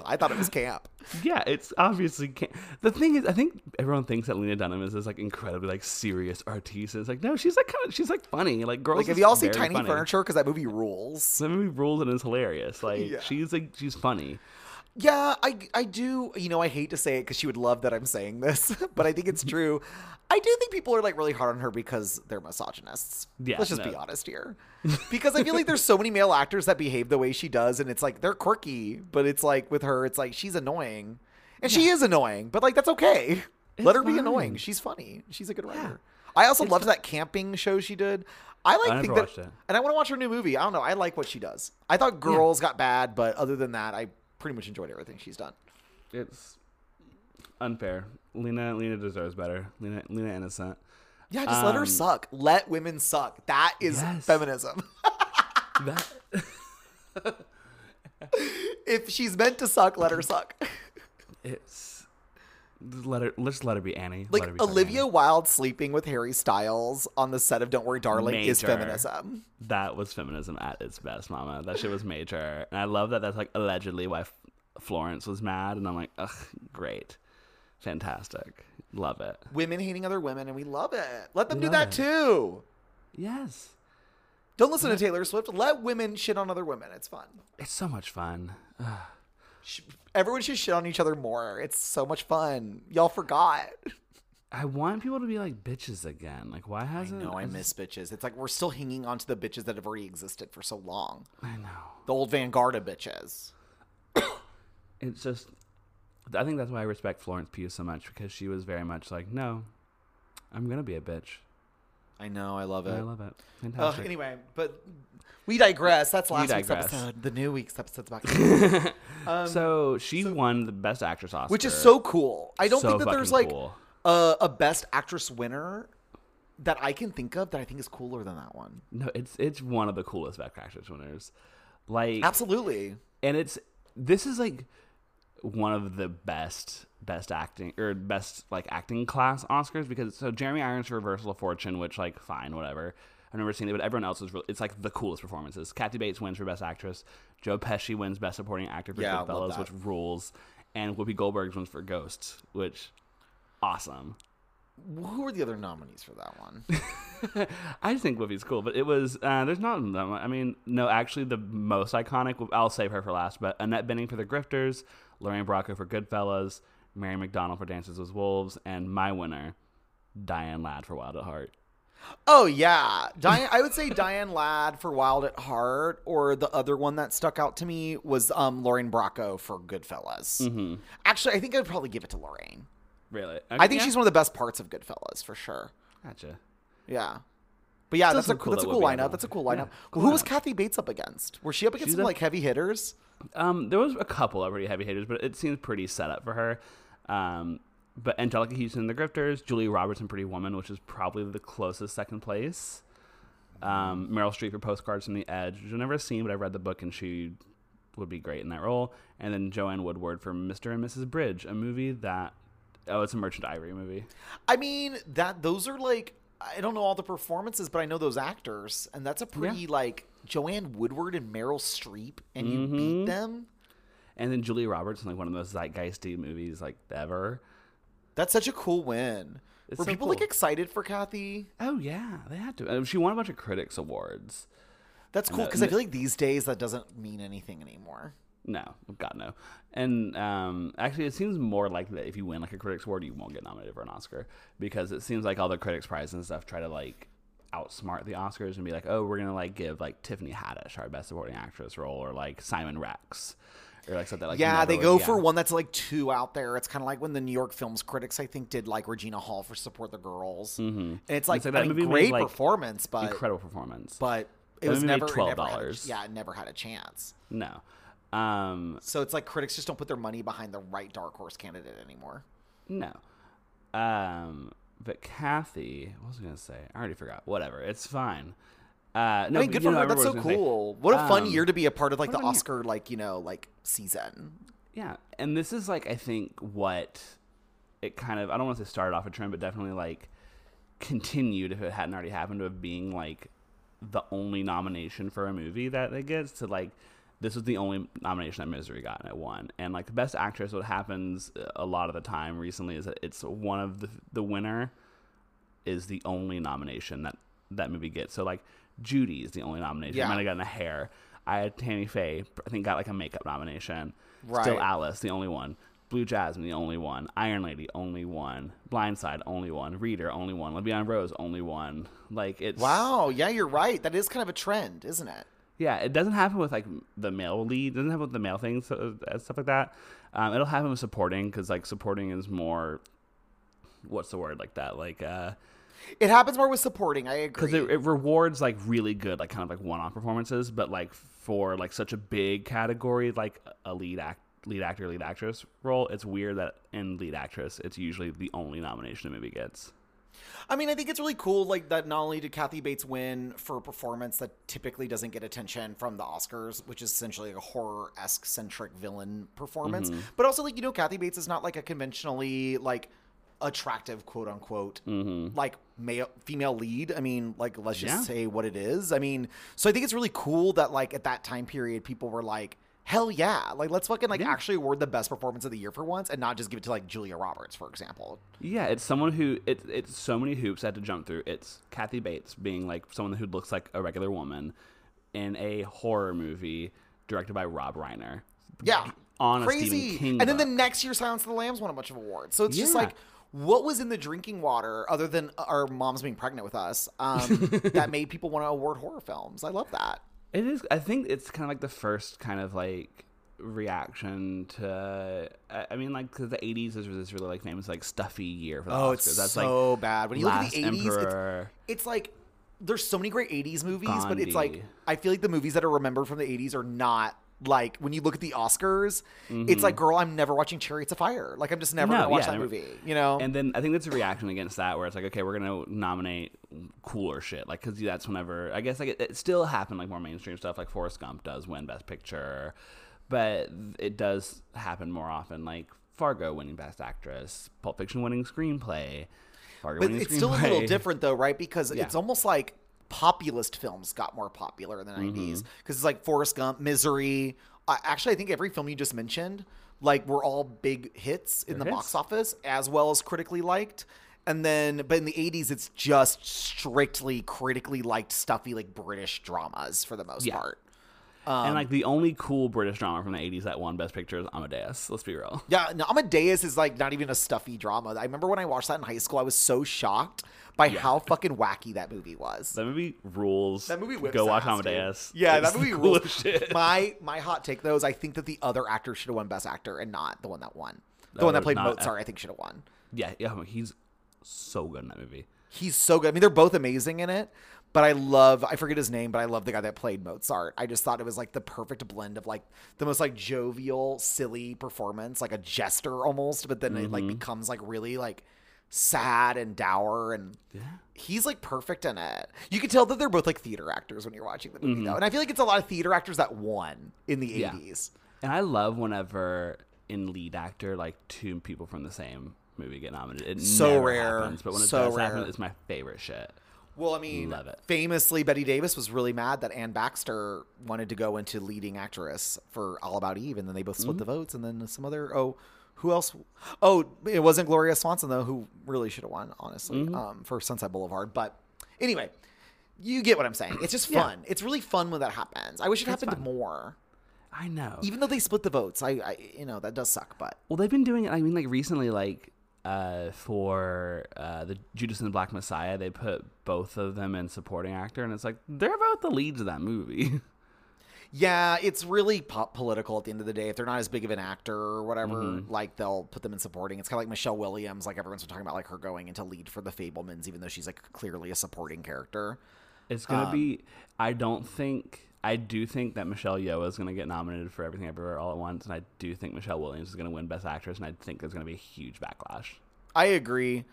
[SPEAKER 2] I thought it was camp.
[SPEAKER 1] Yeah, it's obviously can the thing is. I think everyone thinks that Lena Dunham is this like incredibly like serious artiste. It's like no, she's like kind of she's like funny. Like girls,
[SPEAKER 2] Like, have
[SPEAKER 1] is
[SPEAKER 2] you all seen
[SPEAKER 1] very
[SPEAKER 2] Tiny
[SPEAKER 1] funny.
[SPEAKER 2] Furniture? Because that movie rules.
[SPEAKER 1] That movie rules and is hilarious. Like
[SPEAKER 2] Yeah.
[SPEAKER 1] she's like she's funny.
[SPEAKER 2] Yeah, I I do. You know, I hate to say it because she would love that I'm saying this, but I think it's true. I do think people are like really hard on her because they're misogynists.
[SPEAKER 1] Yeah,
[SPEAKER 2] let's just
[SPEAKER 1] no.
[SPEAKER 2] be honest here, because I feel like there's so many male actors that behave the way she does, and it's like they're quirky, but it's like with her, it's like she's annoying, and she is annoying, but like that's okay. Let
[SPEAKER 1] It's
[SPEAKER 2] her be annoying.
[SPEAKER 1] fine.
[SPEAKER 2] She's funny. She's a good writer. I also loved that camping show she did. I like
[SPEAKER 1] I
[SPEAKER 2] think
[SPEAKER 1] never
[SPEAKER 2] that,
[SPEAKER 1] watched it.
[SPEAKER 2] and I want to watch her new movie. I don't know. I like what she does. I thought Girls got bad, but other than that, I pretty much enjoyed everything she's done.
[SPEAKER 1] It's unfair. Lena Lena deserves better. Lena Lena innocent.
[SPEAKER 2] Yeah, just let her
[SPEAKER 1] Um,
[SPEAKER 2] suck. Let women suck. That is
[SPEAKER 1] Yes.
[SPEAKER 2] feminism.
[SPEAKER 1] That
[SPEAKER 2] if she's meant to suck, let her suck.
[SPEAKER 1] it's just let her let's let her be Annie. Let
[SPEAKER 2] Like
[SPEAKER 1] her be fucking
[SPEAKER 2] Olivia
[SPEAKER 1] Annie.
[SPEAKER 2] Wilde sleeping with Harry Styles on the set of Don't Worry Darling is
[SPEAKER 1] Major.
[SPEAKER 2] feminism.
[SPEAKER 1] That was feminism at its best, mama. That shit was major. And I love that that's like allegedly why F- Florence was mad and I'm like, "Ugh, great. Fantastic. Love it."
[SPEAKER 2] Women hating other women and we love it. Let them do
[SPEAKER 1] Love
[SPEAKER 2] that
[SPEAKER 1] it.
[SPEAKER 2] too.
[SPEAKER 1] Yes.
[SPEAKER 2] Don't listen to Taylor Swift. Let women shit on other women. It's fun.
[SPEAKER 1] It's so much fun. Ugh.
[SPEAKER 2] Sh- Everyone should shit on each other more. It's so much fun. Y'all forgot.
[SPEAKER 1] I want people to be like bitches again. Like why hasn't just-
[SPEAKER 2] bitches. It's like we're still hanging on to the bitches that have already existed for so long.
[SPEAKER 1] I know.
[SPEAKER 2] The old Vanguarda bitches.
[SPEAKER 1] it's just I think that's why I respect Florence Pugh so much because she was very much like, no, I'm gonna be a bitch.
[SPEAKER 2] I know. I love
[SPEAKER 1] And I
[SPEAKER 2] it.
[SPEAKER 1] love it.
[SPEAKER 2] Ugh,
[SPEAKER 1] Fantastic.
[SPEAKER 2] anyway, but we digress. That's last week's
[SPEAKER 1] digress.
[SPEAKER 2] episode. The new week's episode's back,
[SPEAKER 1] so she won the best actress Oscar,
[SPEAKER 2] Um, which is so cool. I don't
[SPEAKER 1] so
[SPEAKER 2] think that there's
[SPEAKER 1] fucking
[SPEAKER 2] like
[SPEAKER 1] cool.
[SPEAKER 2] a, a best actress winner that I can think of that I think is cooler than that one.
[SPEAKER 1] no, it's it's one of the coolest best actress winners. Like,
[SPEAKER 2] Absolutely.
[SPEAKER 1] and it's this is like one of the best best acting or best like acting class Oscars because so Jeremy Irons for Reversal of Fortune, which like fine whatever. I've never seen it, but everyone else is. Really, it's like the coolest performances. Kathy Bates wins for Best Actress. Joe Pesci wins Best Supporting Actor for
[SPEAKER 2] Yeah, I love
[SPEAKER 1] Goodfellas,
[SPEAKER 2] that.
[SPEAKER 1] which rules. And Whoopi Goldberg wins for Ghosts, which awesome.
[SPEAKER 2] Who were the other nominees for that one?
[SPEAKER 1] I just think Whoopi's cool, but it was uh, there's not. that mu- I mean, no, actually, the most iconic. I'll save her for last. But Annette Benning for The Grifters, Lorraine Bracco for Goodfellas, Mary McDonald for Dances with Wolves, and my winner, Diane Ladd for Wild at Heart.
[SPEAKER 2] Oh yeah, Diane. I would say Diane Ladd for Wild at Heart, or the other one that stuck out to me was um, Lauren Bracco for Goodfellas.
[SPEAKER 1] Mm-hmm.
[SPEAKER 2] Actually, I think I'd probably give it to Lorraine.
[SPEAKER 1] Really,
[SPEAKER 2] I think she's one of the best parts of Goodfellas for sure.
[SPEAKER 1] gotcha.
[SPEAKER 2] Yeah, but yeah,
[SPEAKER 1] Still
[SPEAKER 2] that's a
[SPEAKER 1] some cool
[SPEAKER 2] that's a
[SPEAKER 1] that would
[SPEAKER 2] cool
[SPEAKER 1] be on
[SPEAKER 2] lineup.
[SPEAKER 1] the-
[SPEAKER 2] That's a cool
[SPEAKER 1] yeah,
[SPEAKER 2] lineup.
[SPEAKER 1] cool
[SPEAKER 2] Who was
[SPEAKER 1] lineup.
[SPEAKER 2] Kathy Bates up against? Was she up against
[SPEAKER 1] She's
[SPEAKER 2] some
[SPEAKER 1] up-
[SPEAKER 2] like heavy hitters?
[SPEAKER 1] Um, there was a couple of pretty heavy hitters, but it seems pretty set up for her. Um, but Angelica Houston and the Grifters, Julia Roberts in Pretty Woman, which is probably the closest second place. Um, Meryl Streep for Postcards from the Edge, which I've never seen, but I've read the book and she would be great in that role. And then Joanne Woodward for Mr. and Mrs. Bridge, a movie that oh, it's a Merchant Ivory movie.
[SPEAKER 2] I mean, that those are like I don't know all the performances, but I know those actors, and that's a pretty like Joanne Woodward and Meryl Streep, and you
[SPEAKER 1] Mm-hmm.
[SPEAKER 2] beat them.
[SPEAKER 1] And then Julia Roberts in like one of the most zeitgeisty movies like ever.
[SPEAKER 2] That's such a cool win.
[SPEAKER 1] It's
[SPEAKER 2] Were
[SPEAKER 1] so
[SPEAKER 2] people like
[SPEAKER 1] cool.
[SPEAKER 2] excited for Kathy?
[SPEAKER 1] Oh yeah, they had to. And she won a bunch of critics awards.
[SPEAKER 2] That's cool
[SPEAKER 1] the-
[SPEAKER 2] because I feel like these days that doesn't mean anything anymore.
[SPEAKER 1] No, God no. And um, actually, it seems more likely that if you win like a critics award, you won't get nominated for an Oscar because it seems like all the critics prize and stuff try to like outsmart the Oscars and be like, oh, we're gonna like give like Tiffany Haddish our best supporting actress role or like Simon Rex or like something like
[SPEAKER 2] yeah,
[SPEAKER 1] never
[SPEAKER 2] they
[SPEAKER 1] would-
[SPEAKER 2] go
[SPEAKER 1] yeah.
[SPEAKER 2] for one that's like two out there. It's kind of like when the New York Films critics, I think, did like Regina Hall for Support the Girls. Mm-hmm. And it's like,
[SPEAKER 1] like
[SPEAKER 2] I
[SPEAKER 1] that
[SPEAKER 2] mean,
[SPEAKER 1] movie
[SPEAKER 2] great
[SPEAKER 1] made, like,
[SPEAKER 2] performance, but
[SPEAKER 1] incredible performance.
[SPEAKER 2] but it
[SPEAKER 1] That
[SPEAKER 2] was
[SPEAKER 1] movie made
[SPEAKER 2] never it never had a-
[SPEAKER 1] $12.
[SPEAKER 2] yeah, it never had a chance.
[SPEAKER 1] no, um,
[SPEAKER 2] So it's like critics just don't put their money behind the right dark horse candidate anymore.
[SPEAKER 1] No. Um, but Kathy, what was I gonna say? I already forgot. Whatever, it's fine. Uh, no,
[SPEAKER 2] I mean,
[SPEAKER 1] but
[SPEAKER 2] good
[SPEAKER 1] you
[SPEAKER 2] for
[SPEAKER 1] know, I
[SPEAKER 2] her.
[SPEAKER 1] remember
[SPEAKER 2] That's so
[SPEAKER 1] what I was gonna say.
[SPEAKER 2] cool. what a fun
[SPEAKER 1] Um,
[SPEAKER 2] year to be a part of like the
[SPEAKER 1] a fun year.
[SPEAKER 2] Oscar, like you know, like season.
[SPEAKER 1] Yeah, and this is like I think what it kind of I don't want to say started off a trend, but definitely like continued if it hadn't already happened of being like the only nomination for a movie that it gets to like this was the only nomination that Misery got and it won. And like the best actress, what happens a lot of the time recently is that it's one of the the winner is the only nomination that that movie gets. So like Judy is the only nomination.
[SPEAKER 2] Yeah.
[SPEAKER 1] I might have gotten a hair. I had Tammy Faye, I think, got like a makeup nomination.
[SPEAKER 2] Right.
[SPEAKER 1] Still Alice, the only one. Blue Jasmine, the only one. Iron Lady, only one. Blindside, only one. Reader, only one. LeBeon Rose, only one. Like it's
[SPEAKER 2] Wow. Yeah, you're right. That is kind of a trend, isn't it?
[SPEAKER 1] Yeah, it doesn't happen with like the male lead. doesn't happen with the male things so, uh, stuff like that. Um, it'll happen with supporting because like supporting is more. What's the word like that? Like uh,
[SPEAKER 2] It happens more with supporting. I agree.
[SPEAKER 1] because it, it rewards like really good like kind of like one-off performances but like for like such a big category like a lead act lead actor lead actress role it's weird that in lead actress it's usually the only nomination a movie gets
[SPEAKER 2] I mean, I think it's really cool, like that. Not only did Kathy Bates win for a performance that typically doesn't get attention from the Oscars, which is essentially a horror esque centric villain performance,
[SPEAKER 1] Mm-hmm.
[SPEAKER 2] but also like you know, Kathy Bates is not like a conventionally like attractive quote unquote like male female lead. I mean, like let's just
[SPEAKER 1] Mm-hmm. Yeah.
[SPEAKER 2] say what it is. I mean, so I think it's really cool that like at that time period, people were like. Hell yeah! Like let's fucking like
[SPEAKER 1] Yeah.
[SPEAKER 2] actually award the best performance of the year for once, and not just give it to like Julia Roberts, for example.
[SPEAKER 1] yeah it's someone who it, it's so many hoops that had to jump through it's kathy bates being like someone who looks like a regular woman in a horror movie directed by rob reiner
[SPEAKER 2] Yeah.
[SPEAKER 1] on a Stephen King
[SPEAKER 2] and then the
[SPEAKER 1] book.
[SPEAKER 2] next year, Silence of the Lambs won a bunch of awards. So it's just
[SPEAKER 1] Yeah.
[SPEAKER 2] like, what was in the drinking water other than our moms being pregnant with us um, that made people want to award horror films? I love that.
[SPEAKER 1] It is. I think it's kind of like the first kind of like reaction to. I I mean, like 'cause the '80s is this really like famous like stuffy year for the Oscars. Oh, That's
[SPEAKER 2] Oh, so
[SPEAKER 1] like
[SPEAKER 2] bad. When you look at
[SPEAKER 1] Last
[SPEAKER 2] the 80s, it's,
[SPEAKER 1] Emperor.
[SPEAKER 2] it's like there's so many great 80s movies, but it's like
[SPEAKER 1] Gandhi.
[SPEAKER 2] I feel like the movies that are remembered from the 80s are not like when you look at the Oscars, it's like, girl, I'm never watching Chariots of Fire. Like I'm just never
[SPEAKER 1] Mm-hmm. No,
[SPEAKER 2] gonna watch
[SPEAKER 1] yeah,
[SPEAKER 2] that
[SPEAKER 1] never-
[SPEAKER 2] movie. You know?
[SPEAKER 1] And then I think that's a reaction against that, where it's like, okay, we're gonna nominate cooler shit, like because that's whenever I guess like it, it still happened like more mainstream stuff, like Forrest Gump does win Best Picture, but it does happen more often, like Fargo winning Best Actress, Pulp Fiction winning Screenplay, Fargo
[SPEAKER 2] But
[SPEAKER 1] winning
[SPEAKER 2] it's still a little
[SPEAKER 1] Screenplay.
[SPEAKER 2] different, though, right? Because it's almost like populist films got more popular in the
[SPEAKER 1] Mm-hmm.
[SPEAKER 2] 90s. Because it's like Forrest Gump, Misery. Uh, actually, I think every film you just mentioned, like, were all big hits in the
[SPEAKER 1] hits.
[SPEAKER 2] box office, as well as critically liked. And then, but in the 80s, it's just strictly critically liked, stuffy, like British dramas for the most
[SPEAKER 1] Yeah.
[SPEAKER 2] part. Um,
[SPEAKER 1] and like the only cool British drama from the '80s that won Best Picture is Amadeus. Let's be real.
[SPEAKER 2] Yeah, no, Amadeus is like not even a stuffy drama. I remember when I watched that in high school, I was so shocked by how fucking wacky that movie was.
[SPEAKER 1] That movie rules.
[SPEAKER 2] That movie whips
[SPEAKER 1] Go watch
[SPEAKER 2] ass, dude.
[SPEAKER 1] Amadeus.
[SPEAKER 2] Yeah,
[SPEAKER 1] It's
[SPEAKER 2] that movie
[SPEAKER 1] the
[SPEAKER 2] rules.
[SPEAKER 1] coolest shit.
[SPEAKER 2] My my hot take though is I think that the other actor should have won Best Actor and not the one that won. The
[SPEAKER 1] That
[SPEAKER 2] one that
[SPEAKER 1] was
[SPEAKER 2] played
[SPEAKER 1] not-
[SPEAKER 2] Mozart, I think, should have won.
[SPEAKER 1] Yeah, yeah, he's so good in that movie.
[SPEAKER 2] He's so good. I mean, they're both amazing in it, but I love I forget his name, but I love the guy that played Mozart. I just thought it was like the perfect blend of like the most like jovial, silly performance, like a jester almost, but then it like becomes like really like sad and dour and he's like perfect in it. You can tell that they're both like theater actors when you're watching the movie though. And I feel like it's a lot of theater actors that won in the
[SPEAKER 1] Yeah.
[SPEAKER 2] 80s.
[SPEAKER 1] And I love whenever in lead actor, like two people from the same movie get nominated. It
[SPEAKER 2] So
[SPEAKER 1] never
[SPEAKER 2] rare.
[SPEAKER 1] happens, but when it
[SPEAKER 2] So
[SPEAKER 1] does
[SPEAKER 2] rare.
[SPEAKER 1] happen, it's my favorite shit.
[SPEAKER 2] Well, I mean,
[SPEAKER 1] Love it.
[SPEAKER 2] famously, Betty Davis was really mad that Anne Baxter wanted to go into leading actress for All About Eve, and then they both split
[SPEAKER 1] Mm-hmm.
[SPEAKER 2] the votes, and then some other. Oh, who else? Oh, it wasn't Gloria Swanson though, who really should have won, honestly,
[SPEAKER 1] Mm-hmm.
[SPEAKER 2] um, for Sunset Boulevard. But anyway, you get what I'm saying. It's just fun. It's really fun when that happens. I wish it happened more.
[SPEAKER 1] I know.
[SPEAKER 2] Even though they split the votes, I, I, you know, that does suck. But
[SPEAKER 1] Well, they've been doing it. I mean, like recently, like uh, for uh, the Judas and the Black Messiah, they put both of them in supporting actor, and it's like they're both the leads of that movie.
[SPEAKER 2] Yeah, it's really po- political at the end of the day. If they're not as big of an actor or whatever, like they'll put them in supporting. It's kind of like Michelle Williams. Like everyone's been talking about, like her going into lead for the Fablemans, even though she's like clearly a supporting character.
[SPEAKER 1] It's gonna be.
[SPEAKER 2] Um,
[SPEAKER 1] I don't think. I do think that Michelle Yeoh is gonna get nominated for Everything Everywhere All at Once, and I do think Michelle Williams is gonna win Best Actress, and I think there's gonna be a huge backlash.
[SPEAKER 2] I agree.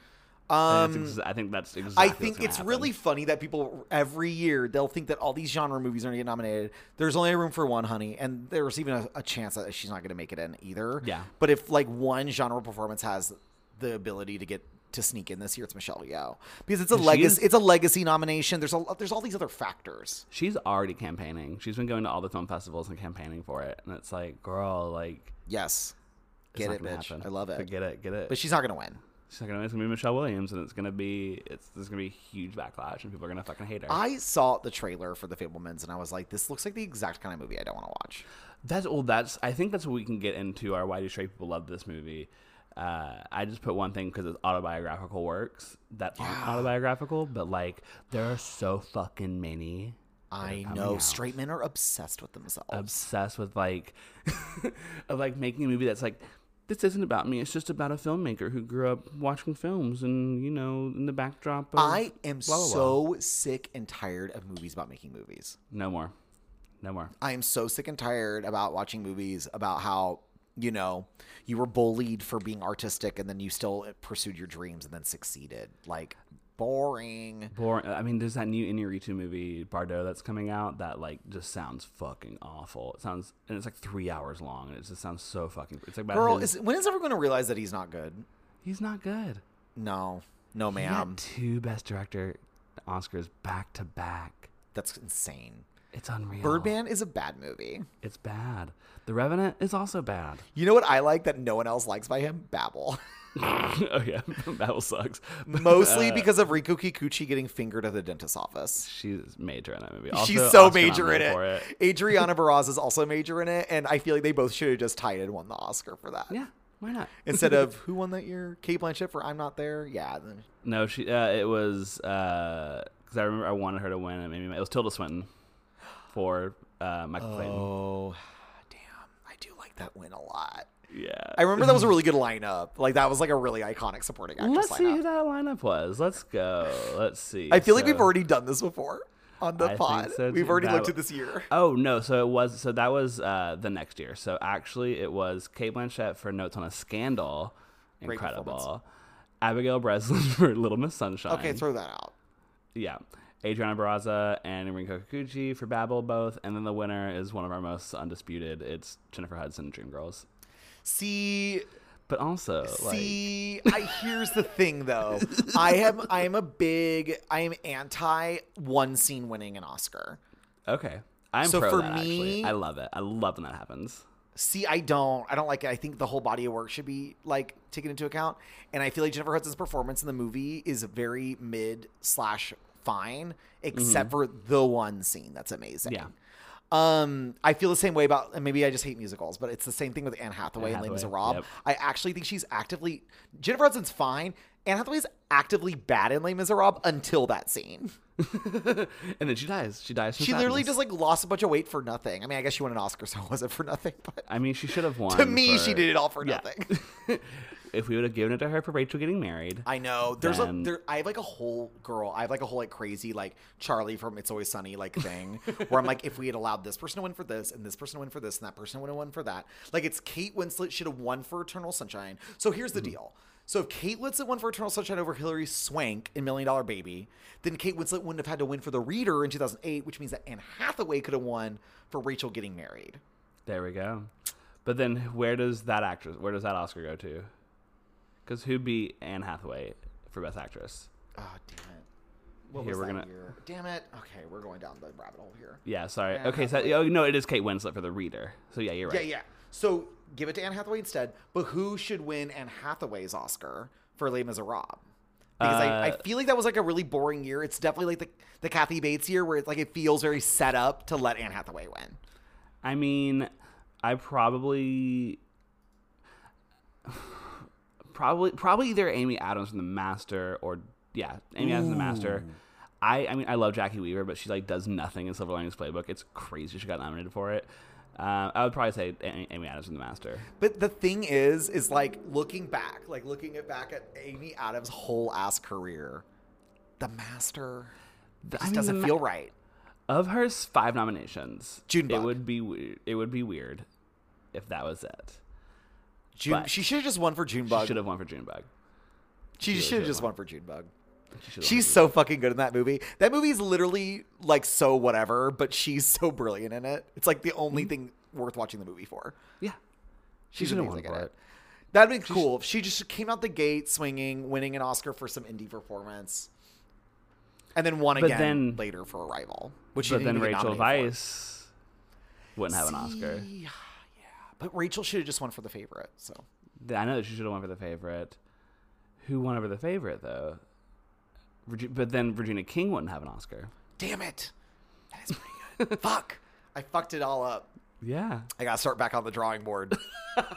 [SPEAKER 1] I
[SPEAKER 2] Um,
[SPEAKER 1] think that's ex- I think that's exactly.
[SPEAKER 2] I
[SPEAKER 1] what's
[SPEAKER 2] think
[SPEAKER 1] gonna
[SPEAKER 2] it's
[SPEAKER 1] happen.
[SPEAKER 2] really funny that people every year they'll think that all these genre movies are going to get nominated. There's only room for one, honey, and there's even a, a chance that she's not going to make it in either.
[SPEAKER 1] Yeah.
[SPEAKER 2] But if like one genre performance has the ability to get to sneak in this year, it's Michelle Yeoh because it's a
[SPEAKER 1] she is-
[SPEAKER 2] legacy. It's a legacy nomination. There's a there's all these other factors.
[SPEAKER 1] She's already campaigning. She's been going to all the film festivals and campaigning for it, and it's like, girl, like,
[SPEAKER 2] Yes.
[SPEAKER 1] it's
[SPEAKER 2] Get
[SPEAKER 1] not
[SPEAKER 2] it,
[SPEAKER 1] gonna
[SPEAKER 2] bitch.
[SPEAKER 1] happen.
[SPEAKER 2] I love it.
[SPEAKER 1] Get it. Get it.
[SPEAKER 2] But she's not going to win.
[SPEAKER 1] She's like, "No, it's gonna be Michelle Williams, and it's gonna be it's there's gonna be a huge backlash, and people are gonna fucking hate her."
[SPEAKER 2] I saw the trailer for The Fablemans and I was like, this looks like the exact kind of movie I don't want to watch.
[SPEAKER 1] That's all. that's I think that's what we can get into. Our why do straight people love this movie? Uh, I just put one thing because it's autobiographical works that aren't autobiographical, but like there are so fucking many
[SPEAKER 2] I
[SPEAKER 1] coming
[SPEAKER 2] know
[SPEAKER 1] out.
[SPEAKER 2] straight men are obsessed with themselves.
[SPEAKER 1] obsessed with like of like making a movie that's like this isn't about me. It's just about a filmmaker who grew up watching films and you know in the backdrop. Of
[SPEAKER 2] I am
[SPEAKER 1] blah, blah, blah.
[SPEAKER 2] so sick and tired of movies about making movies.
[SPEAKER 1] no more, no more.
[SPEAKER 2] I am so sick and tired about watching movies about how, you know, you were bullied for being artistic and then you still pursued your dreams and then succeeded. Like, boring.
[SPEAKER 1] Boring. I mean, there's that new Inarritu movie Bardot that's coming out that like just sounds fucking awful. It sounds and it's like three hours long and it just sounds so fucking. It's like about
[SPEAKER 2] Girl,
[SPEAKER 1] his-
[SPEAKER 2] is, when is everyone going to realize that he's not good?
[SPEAKER 1] he's not good.
[SPEAKER 2] No, no,
[SPEAKER 1] He
[SPEAKER 2] ma'am.
[SPEAKER 1] got two best director Oscars back to back.
[SPEAKER 2] That's insane.
[SPEAKER 1] It's unreal.
[SPEAKER 2] Birdman is a bad movie.
[SPEAKER 1] It's bad. The Revenant is also bad.
[SPEAKER 2] You know what I like that no one else likes by him? Babel.
[SPEAKER 1] oh yeah, Babel sucks. Uh.
[SPEAKER 2] Mostly because of Riku Kikuchi getting fingered at the dentist's office.
[SPEAKER 1] She's major in that movie. Also,
[SPEAKER 2] She's so
[SPEAKER 1] Oscar
[SPEAKER 2] major in
[SPEAKER 1] nominated
[SPEAKER 2] it.
[SPEAKER 1] for
[SPEAKER 2] Adriana Baraz is also major in it, and I feel like they both should have just tied and won the Oscar for that.
[SPEAKER 1] Yeah, why not?
[SPEAKER 2] Instead of who won that year? Kate Blanchett for I'm Not There. Yeah. then-
[SPEAKER 1] No, she. Uh, it was because I remember I wanted her to win. And maybe it was Tilda Swinton for uh, Michael Clayton.
[SPEAKER 2] Oh, damn! I do like that win a lot.
[SPEAKER 1] Yeah,
[SPEAKER 2] I remember that was a really good lineup. Like that was like a really iconic supporting actress
[SPEAKER 1] Let's
[SPEAKER 2] lineup.
[SPEAKER 1] see who that lineup was. Let's go. Let's see.
[SPEAKER 2] I feel like
[SPEAKER 1] So-
[SPEAKER 2] we've already done this before on
[SPEAKER 1] I
[SPEAKER 2] the
[SPEAKER 1] think
[SPEAKER 2] pod.
[SPEAKER 1] so,
[SPEAKER 2] we've
[SPEAKER 1] too.
[SPEAKER 2] already
[SPEAKER 1] That
[SPEAKER 2] looked
[SPEAKER 1] w-
[SPEAKER 2] at this year.
[SPEAKER 1] Oh no! So it was. So that was uh, the next year. So actually, it was Kate Blanchett for Notes on a Scandal.
[SPEAKER 2] Great performance.
[SPEAKER 1] Incredible. Abigail Breslin for Little Miss Sunshine.
[SPEAKER 2] Okay, throw that out.
[SPEAKER 1] yeah. Adriana Barraza and Rinko Kikuchi for Babel both, and then the winner is one of our most undisputed. It's Jennifer Hudson, Dreamgirls.
[SPEAKER 2] See,
[SPEAKER 1] But also, like,
[SPEAKER 2] See, I, here's the thing though. I am I am a big I am anti one scene winning an Oscar.
[SPEAKER 1] okay, I'm
[SPEAKER 2] So
[SPEAKER 1] pro
[SPEAKER 2] for
[SPEAKER 1] that.
[SPEAKER 2] me-
[SPEAKER 1] actually, I love it. I love when that happens.
[SPEAKER 2] See, I don't I don't like it. I think the whole body of work should be like taken into account. And I feel like Jennifer Hudson's performance in the movie is very mid slash fine, except for the one scene that's amazing.
[SPEAKER 1] Mm-hmm. Yeah.
[SPEAKER 2] Um, I feel the same way about, and maybe I just hate musicals, but it's the same thing with Anne Hathaway
[SPEAKER 1] Anne
[SPEAKER 2] and Les
[SPEAKER 1] Hathaway,
[SPEAKER 2] Miserables.
[SPEAKER 1] yep.
[SPEAKER 2] I actually think she's actively Jennifer Hudson's fine. Anne Hathaway's actively bad in Les Miserables until that scene.
[SPEAKER 1] and then she dies. She dies. From
[SPEAKER 2] She literally
[SPEAKER 1] sadness.
[SPEAKER 2] just like lost a bunch of weight for nothing. I mean, I guess she won an Oscar, so it wasn't for nothing. But
[SPEAKER 1] I mean, she should have won.
[SPEAKER 2] to me,
[SPEAKER 1] for-
[SPEAKER 2] she did it all for
[SPEAKER 1] Yeah.
[SPEAKER 2] nothing.
[SPEAKER 1] if we would have given it to her for Rachel getting married,
[SPEAKER 2] I know. There's a
[SPEAKER 1] Then-
[SPEAKER 2] there. I have like a whole girl. I have like a whole like crazy like Charlie from It's Always Sunny like thing where I'm like, if we had allowed this person to win for this and this person to win for this and that person would have won for that. Like it's Kate Winslet should have won for Eternal Sunshine. So here's
[SPEAKER 1] Mm-hmm.
[SPEAKER 2] the deal. So if Kate Winslet won for Eternal Sunshine over Hilary Swank in Million Dollar Baby, then Kate Winslet wouldn't have had to win for The Reader in 2008, which means that Anne Hathaway could have won for Rachel Getting Married.
[SPEAKER 1] there we go. But then, where does that actress? Where does that Oscar go to? Because who beat Anne Hathaway for Best Actress?
[SPEAKER 2] Oh damn it! What
[SPEAKER 1] Ah, Here,
[SPEAKER 2] was
[SPEAKER 1] we're
[SPEAKER 2] that
[SPEAKER 1] gonna-
[SPEAKER 2] year? Damn it! Okay, we're going down the rabbit hole here.
[SPEAKER 1] Yeah, sorry.
[SPEAKER 2] Anne
[SPEAKER 1] okay, so
[SPEAKER 2] Hathaway.
[SPEAKER 1] oh no, it is Kate Winslet for the reader. So yeah, you're right.
[SPEAKER 2] Yeah, yeah. So give it to Anne Hathaway instead. But who should win Anne Hathaway's Oscar for Les Miserables? Because I, I
[SPEAKER 1] Uh,
[SPEAKER 2] feel like that was like a really boring year. It's definitely like the, the Kathy Bates year where it's like it feels very set up to let Anne Hathaway win.
[SPEAKER 1] I mean, I probably probably probably either Amy Adams from The Master or yeah, Amy Adams from The Master. I I mean, I love Jackie Weaver, but she like does nothing in Silver Linings Playbook. It's crazy she got nominated for it. Uh, I would probably say A- Amy Adams from The Master.
[SPEAKER 2] But the thing is, is like looking back, like looking at back at Amy Adams' whole ass career, The Master
[SPEAKER 1] Th- I
[SPEAKER 2] just
[SPEAKER 1] mean,
[SPEAKER 2] doesn't
[SPEAKER 1] the ma-
[SPEAKER 2] feel right.
[SPEAKER 1] of her s- five nominations.
[SPEAKER 2] June
[SPEAKER 1] it
[SPEAKER 2] Buck.
[SPEAKER 1] would be we- it would be weird if that was it.
[SPEAKER 2] June,
[SPEAKER 1] but-
[SPEAKER 2] she should have just won for June
[SPEAKER 1] She
[SPEAKER 2] Bug.
[SPEAKER 1] should have won for Junebug.
[SPEAKER 2] She should have
[SPEAKER 1] should've
[SPEAKER 2] just won for June Bug.
[SPEAKER 1] She should've won
[SPEAKER 2] She's
[SPEAKER 1] for
[SPEAKER 2] so fucking good in that movie. That movie is literally like so whatever, but she's so brilliant in it. It's like the
[SPEAKER 1] Mm-hmm.
[SPEAKER 2] only thing worth watching the movie for.
[SPEAKER 1] Junebug. yeah.
[SPEAKER 2] She's
[SPEAKER 1] should've won
[SPEAKER 2] amazing at
[SPEAKER 1] for
[SPEAKER 2] it.
[SPEAKER 1] it.
[SPEAKER 2] That'd be cool if she just came out the gate swinging, winning an Oscar for some indie performance, and then won
[SPEAKER 1] But
[SPEAKER 2] again
[SPEAKER 1] then-
[SPEAKER 2] later for Arrival, which she
[SPEAKER 1] but
[SPEAKER 2] didn't
[SPEAKER 1] then
[SPEAKER 2] even get
[SPEAKER 1] Rachel
[SPEAKER 2] nominated
[SPEAKER 1] Weisz wouldn't have an Oscar.
[SPEAKER 2] for. Yeah, yeah. But Rachel should have just won for The Favorite. So
[SPEAKER 1] Th- I know that she should have won for the favorite. Who won over the favorite though? Reg- but then Regina King wouldn't have an Oscar.
[SPEAKER 2] Damn it. That is pretty good. Fuck. I fucked it all up.
[SPEAKER 1] Yeah.
[SPEAKER 2] I gotta start back on the drawing board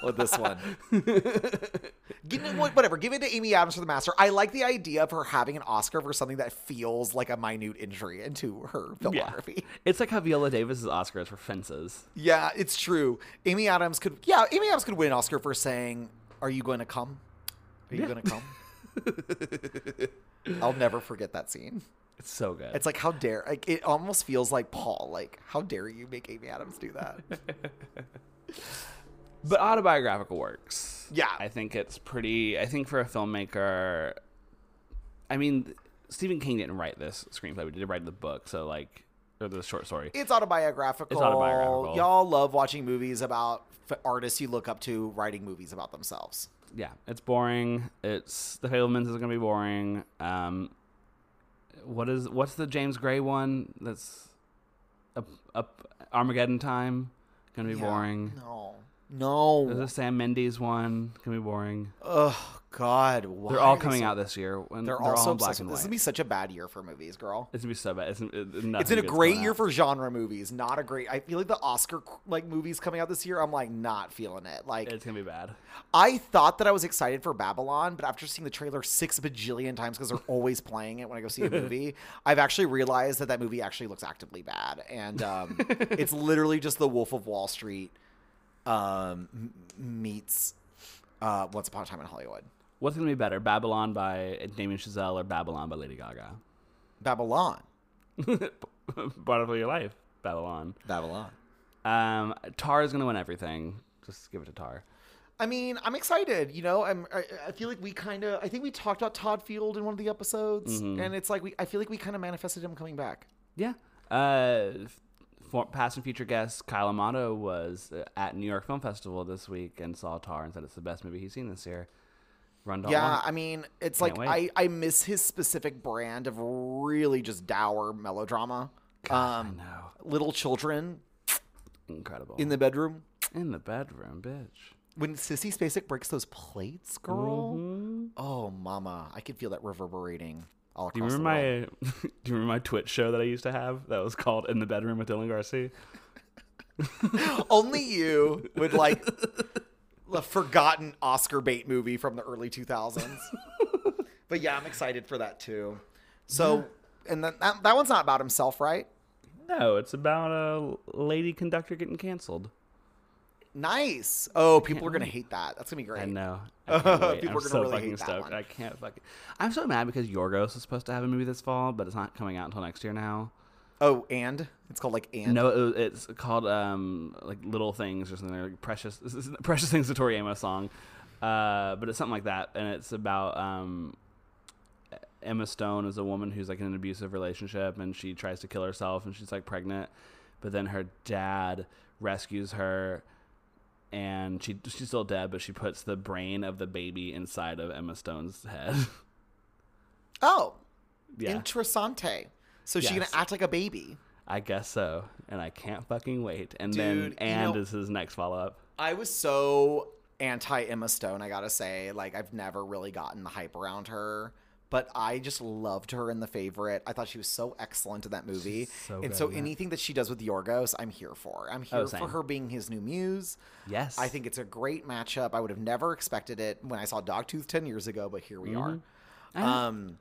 [SPEAKER 2] with this one. Give it, whatever. Give it to Amy Adams for the master. I like the idea of her having an Oscar for something that feels like a minute injury into her filmography.
[SPEAKER 1] It's like how Viola Davis's Oscar is for fences.
[SPEAKER 2] Yeah, it's true. Amy Adams could. Yeah, Amy Adams could win an Oscar for saying, "Are you going to come? Are you
[SPEAKER 1] Yeah.
[SPEAKER 2] going to come?" I'll never forget that scene.
[SPEAKER 1] It's so good.
[SPEAKER 2] It's like how dare like it almost feels like Paul. Like how dare you make Amy Adams do that?
[SPEAKER 1] but autobiographical works.
[SPEAKER 2] Yeah.
[SPEAKER 1] I think it's pretty. I think for a filmmaker, I mean, Stephen King didn't write this screenplay, but he did write the book. So like, or the short story.
[SPEAKER 2] It's autobiographical.
[SPEAKER 1] It's autobiographical.
[SPEAKER 2] Y'all love watching movies about f- artists you look up to writing movies about themselves.
[SPEAKER 1] yeah, it's boring. It's the Fablemans is gonna be boring. Um, what is what's the James Gray one? That's up, up Armageddon time. Gonna be
[SPEAKER 2] Yeah.
[SPEAKER 1] boring.
[SPEAKER 2] No.
[SPEAKER 1] There's
[SPEAKER 2] No.
[SPEAKER 1] a Sam Mendes one. Gonna be boring.
[SPEAKER 2] Oh God. Why
[SPEAKER 1] They're
[SPEAKER 2] are
[SPEAKER 1] all
[SPEAKER 2] they
[SPEAKER 1] coming
[SPEAKER 2] so-
[SPEAKER 1] out this year. When
[SPEAKER 2] They're,
[SPEAKER 1] they're,
[SPEAKER 2] all so
[SPEAKER 1] all in black
[SPEAKER 2] obsessed
[SPEAKER 1] and
[SPEAKER 2] with
[SPEAKER 1] white.
[SPEAKER 2] this. Is gonna be such a bad year for movies, girl.
[SPEAKER 1] It's gonna be so bad. It's, it,
[SPEAKER 2] It's been a great year for genre movies, not a great. I feel like the Oscar like movies coming out this year. I'm like not feeling it. Like
[SPEAKER 1] It's gonna be bad.
[SPEAKER 2] I thought that I was excited for Babylon, but after seeing the trailer six bajillion times because they're always playing it when I go see a movie, I've actually realized that that movie actually looks actively bad, and um, it's literally just The Wolf of Wall Street um, m- meets uh, Once Upon a Time in Hollywood.
[SPEAKER 1] What's gonna be better, Babylon by Damien Chazelle or Babylon by Lady Gaga?
[SPEAKER 2] Babylon,
[SPEAKER 1] Part of your life, Babylon.
[SPEAKER 2] Babylon.
[SPEAKER 1] Um, Tar is gonna win everything. Just give it to Tar.
[SPEAKER 2] I mean, I'm excited. You know, I'm. I, I feel like we kind of. I think we talked about Todd Field in one of the episodes, and it's like we. I feel like we kind of manifested him coming back.
[SPEAKER 1] Yeah. Uh, f- for, past and future guest Kyle Amato was uh, at New York Film Festival this week and saw Tar and said it's the best movie he's seen this year. Run Dahl
[SPEAKER 2] Yeah,
[SPEAKER 1] won it.
[SPEAKER 2] I mean, it's
[SPEAKER 1] Can't
[SPEAKER 2] like I,
[SPEAKER 1] wait.
[SPEAKER 2] I miss his specific brand of really just dour melodrama. um,
[SPEAKER 1] I know.
[SPEAKER 2] little children
[SPEAKER 1] Oh, Incredible.
[SPEAKER 2] in the bedroom.
[SPEAKER 1] in the bedroom, bitch.
[SPEAKER 2] When Sissy Spacek breaks those plates, girl. Oh, mama, I can feel that reverberating all across
[SPEAKER 1] Mm-hmm. Do you remember
[SPEAKER 2] the world.
[SPEAKER 1] my Do you remember my Twitch show that I used to have that was called In the Bedroom with Dylan Garcia?
[SPEAKER 2] Only you would like a forgotten Oscar bait movie from the early 2000s. but yeah, I'm excited for that too. So, and then that, that one's not about himself, right?
[SPEAKER 1] No, it's about a lady conductor getting canceled.
[SPEAKER 2] Nice. Oh, people are gonna hate that. That's gonna be great.
[SPEAKER 1] I know. I can't wait.
[SPEAKER 2] People
[SPEAKER 1] I'm
[SPEAKER 2] are gonna
[SPEAKER 1] so
[SPEAKER 2] really
[SPEAKER 1] fucking
[SPEAKER 2] hate that
[SPEAKER 1] stoked.
[SPEAKER 2] one.
[SPEAKER 1] I can't fucking. I'm so mad because Yorgos is supposed to have a movie this fall, but it's not coming out until next year now.
[SPEAKER 2] Oh, and it's called like and.
[SPEAKER 1] No, it, it's called um like Little Things or something. Like Precious this is Precious Things, the Tori Amos song, uh, but it's something like that, and it's about um. Emma Stone is a woman who's like in an abusive relationship and she tries to kill herself and she's like pregnant, but then her dad rescues her and she she's still dead, but she puts the brain of the baby inside of Emma Stone's head.
[SPEAKER 2] Oh,
[SPEAKER 1] yeah,
[SPEAKER 2] interessante. So she's
[SPEAKER 1] Yes.
[SPEAKER 2] gonna act like a baby.
[SPEAKER 1] I guess so, and I can't fucking wait. And
[SPEAKER 2] Dude,
[SPEAKER 1] then
[SPEAKER 2] you
[SPEAKER 1] and
[SPEAKER 2] know-
[SPEAKER 1] is his next follow up.
[SPEAKER 2] I was so anti Emma Stone. I gotta say, like I've never really gotten the hype around her. But I just loved her in The Favorite. I thought she was so excellent in that movie.
[SPEAKER 1] so
[SPEAKER 2] and
[SPEAKER 1] good
[SPEAKER 2] so
[SPEAKER 1] in that. Oh,
[SPEAKER 2] anything that she does with Yorgos, I'm here for. I'm here for
[SPEAKER 1] same.
[SPEAKER 2] her being his new muse.
[SPEAKER 1] Yes,
[SPEAKER 2] I think it's a great matchup. I would have never expected it when I saw Dogtooth 10 years ago, but here we are. Um,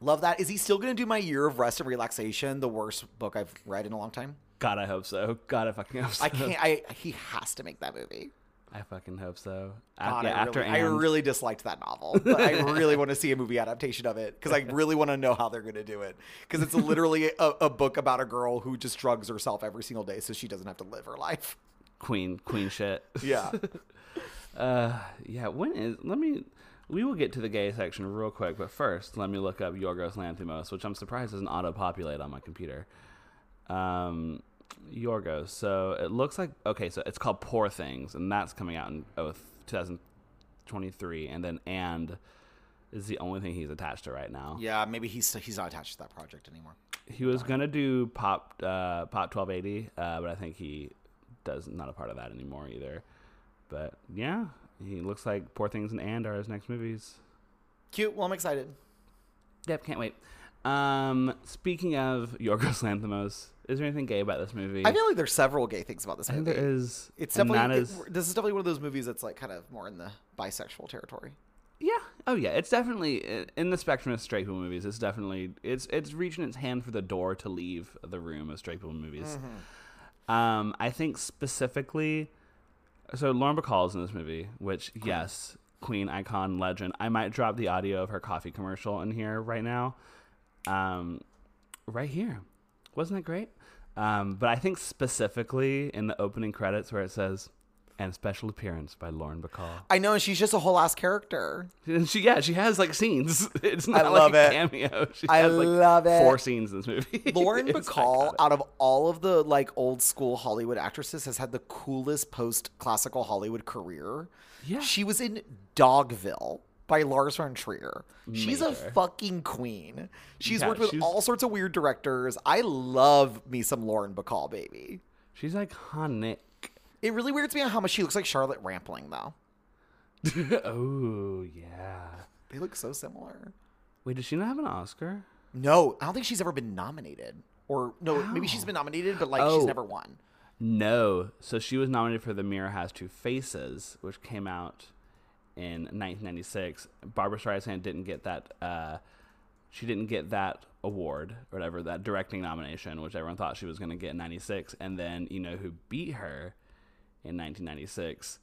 [SPEAKER 2] love that. Is he still going to do my year of rest and relaxation, the worst book I've read in a long time?
[SPEAKER 1] God, I hope so. God, I fucking hope so.
[SPEAKER 2] I can't. I he has to make that movie.
[SPEAKER 1] I fucking hope so. Af-
[SPEAKER 2] God,
[SPEAKER 1] yeah,
[SPEAKER 2] I,
[SPEAKER 1] after
[SPEAKER 2] really, I
[SPEAKER 1] and-
[SPEAKER 2] really disliked that novel, but I really want to see a movie adaptation of it because I really want to know how they're going to do it because it's literally a, a book about a girl who just drugs herself every single day so she doesn't have to live her life.
[SPEAKER 1] Queen, Queen shit.
[SPEAKER 2] Yeah.
[SPEAKER 1] Uh, yeah. When is? Let me. We will get to the gay section real quick, but first, let me look up Yorgos Lanthimos, which I'm surprised doesn't auto-populate on my computer. Um, Yorgos. So it looks like okay. So it's called Poor Things, and that's coming out in oh, 2023, and then and is the only thing he's attached to right now.
[SPEAKER 2] yeah, maybe he's he's not attached to that project anymore.
[SPEAKER 1] He was gonna do pop, uh, pop twelve eighty, uh, but I think he does not a part of that anymore either. But yeah, he looks like Poor Things and And are his next movies.
[SPEAKER 2] Cute. Well, I'm excited.
[SPEAKER 1] Yep, can't wait. Um, speaking of Yorgos Lanthimos, is there anything gay about this movie?
[SPEAKER 2] I feel like there's several gay things about this
[SPEAKER 1] I think
[SPEAKER 2] movie.
[SPEAKER 1] there is.
[SPEAKER 2] It's
[SPEAKER 1] and
[SPEAKER 2] definitely
[SPEAKER 1] not
[SPEAKER 2] it-
[SPEAKER 1] as
[SPEAKER 2] this is definitely one of those movies that's like kind of more in the bisexual territory.
[SPEAKER 1] Yeah. Oh yeah. It's definitely i- in the spectrum of straight people movies. It's definitely it's it's reaching its hand for the door to leave the room of straight people movies. Um, I think specifically, so Lauren Bacall is in this movie, which yes, queen, icon, legend. I might drop the audio of her coffee commercial in here right now, um, right here. Wasn't that great? Um, but I think specifically in the opening credits where it says, "and special appearance by Lauren Bacall."
[SPEAKER 2] I know, and she's just a whole ass character.
[SPEAKER 1] And she yeah, she has like scenes. It's not
[SPEAKER 2] love
[SPEAKER 1] like a
[SPEAKER 2] it.
[SPEAKER 1] cameo. She
[SPEAKER 2] I
[SPEAKER 1] has like
[SPEAKER 2] love it.
[SPEAKER 1] four scenes in this movie.
[SPEAKER 2] Lauren
[SPEAKER 1] It's
[SPEAKER 2] Bacall,
[SPEAKER 1] iconic.
[SPEAKER 2] out of all of the like old school Hollywood actresses, has had the coolest post classical Hollywood career.
[SPEAKER 1] Yeah.
[SPEAKER 2] She was in Dogville by Lars von Trier. She's a
[SPEAKER 1] Major.
[SPEAKER 2] fucking queen. She's
[SPEAKER 1] Yeah,
[SPEAKER 2] worked with
[SPEAKER 1] she's-
[SPEAKER 2] all sorts of weird directors. I love me some Lauren Bacall, baby.
[SPEAKER 1] She's iconic.
[SPEAKER 2] It really weirds me out how much she looks like Charlotte Rampling, though.
[SPEAKER 1] oh yeah.
[SPEAKER 2] They look so similar.
[SPEAKER 1] Wait, does she not have an Oscar?
[SPEAKER 2] No, I don't think she's ever been nominated. Or no, maybe she's been nominated, but like
[SPEAKER 1] Oh.
[SPEAKER 2] she's never won.
[SPEAKER 1] No. So she was nominated for The Mirror Has Two Faces, which came out in 1996. Barbara Streisand didn't get that. Uh, she didn't get that award or whatever that directing nomination, which everyone thought she was going to get in '96. And then you know who beat her in 1996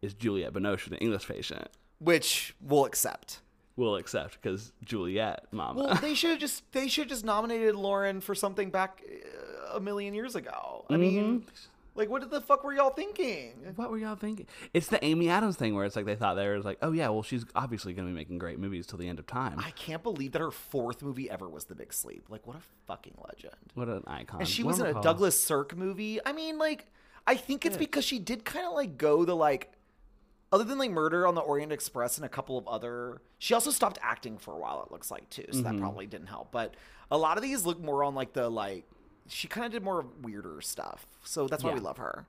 [SPEAKER 1] is Juliette Binoche, the English Patient.
[SPEAKER 2] Which we'll accept.
[SPEAKER 1] Will accept because Juliet, Mama.
[SPEAKER 2] Well, they should have just they should have just nominated Lauren for something back uh, a million years ago. I mean, like what the fuck were y'all thinking?
[SPEAKER 1] What were y'all thinking? It's the Amy Adams thing where it's like they thought they were like, oh yeah, well she's obviously going to be making great movies till the end of time.
[SPEAKER 2] I can't believe that her fourth movie ever was The Big Sleep. Like what a fucking legend.
[SPEAKER 1] What an icon.
[SPEAKER 2] And she was in
[SPEAKER 1] Lauren
[SPEAKER 2] a
[SPEAKER 1] Bacall.
[SPEAKER 2] Douglas Sirk movie. I mean, like, I think it's because she did kind of like go the like, other than like Murder on the Orient Express and a couple of other. She also stopped acting for a while. It looks like too, so
[SPEAKER 1] Mm-hmm.
[SPEAKER 2] that probably didn't help. But a lot of these look more on like the like. She kind of did more weirder stuff, so that's why we
[SPEAKER 1] Yeah.
[SPEAKER 2] love her.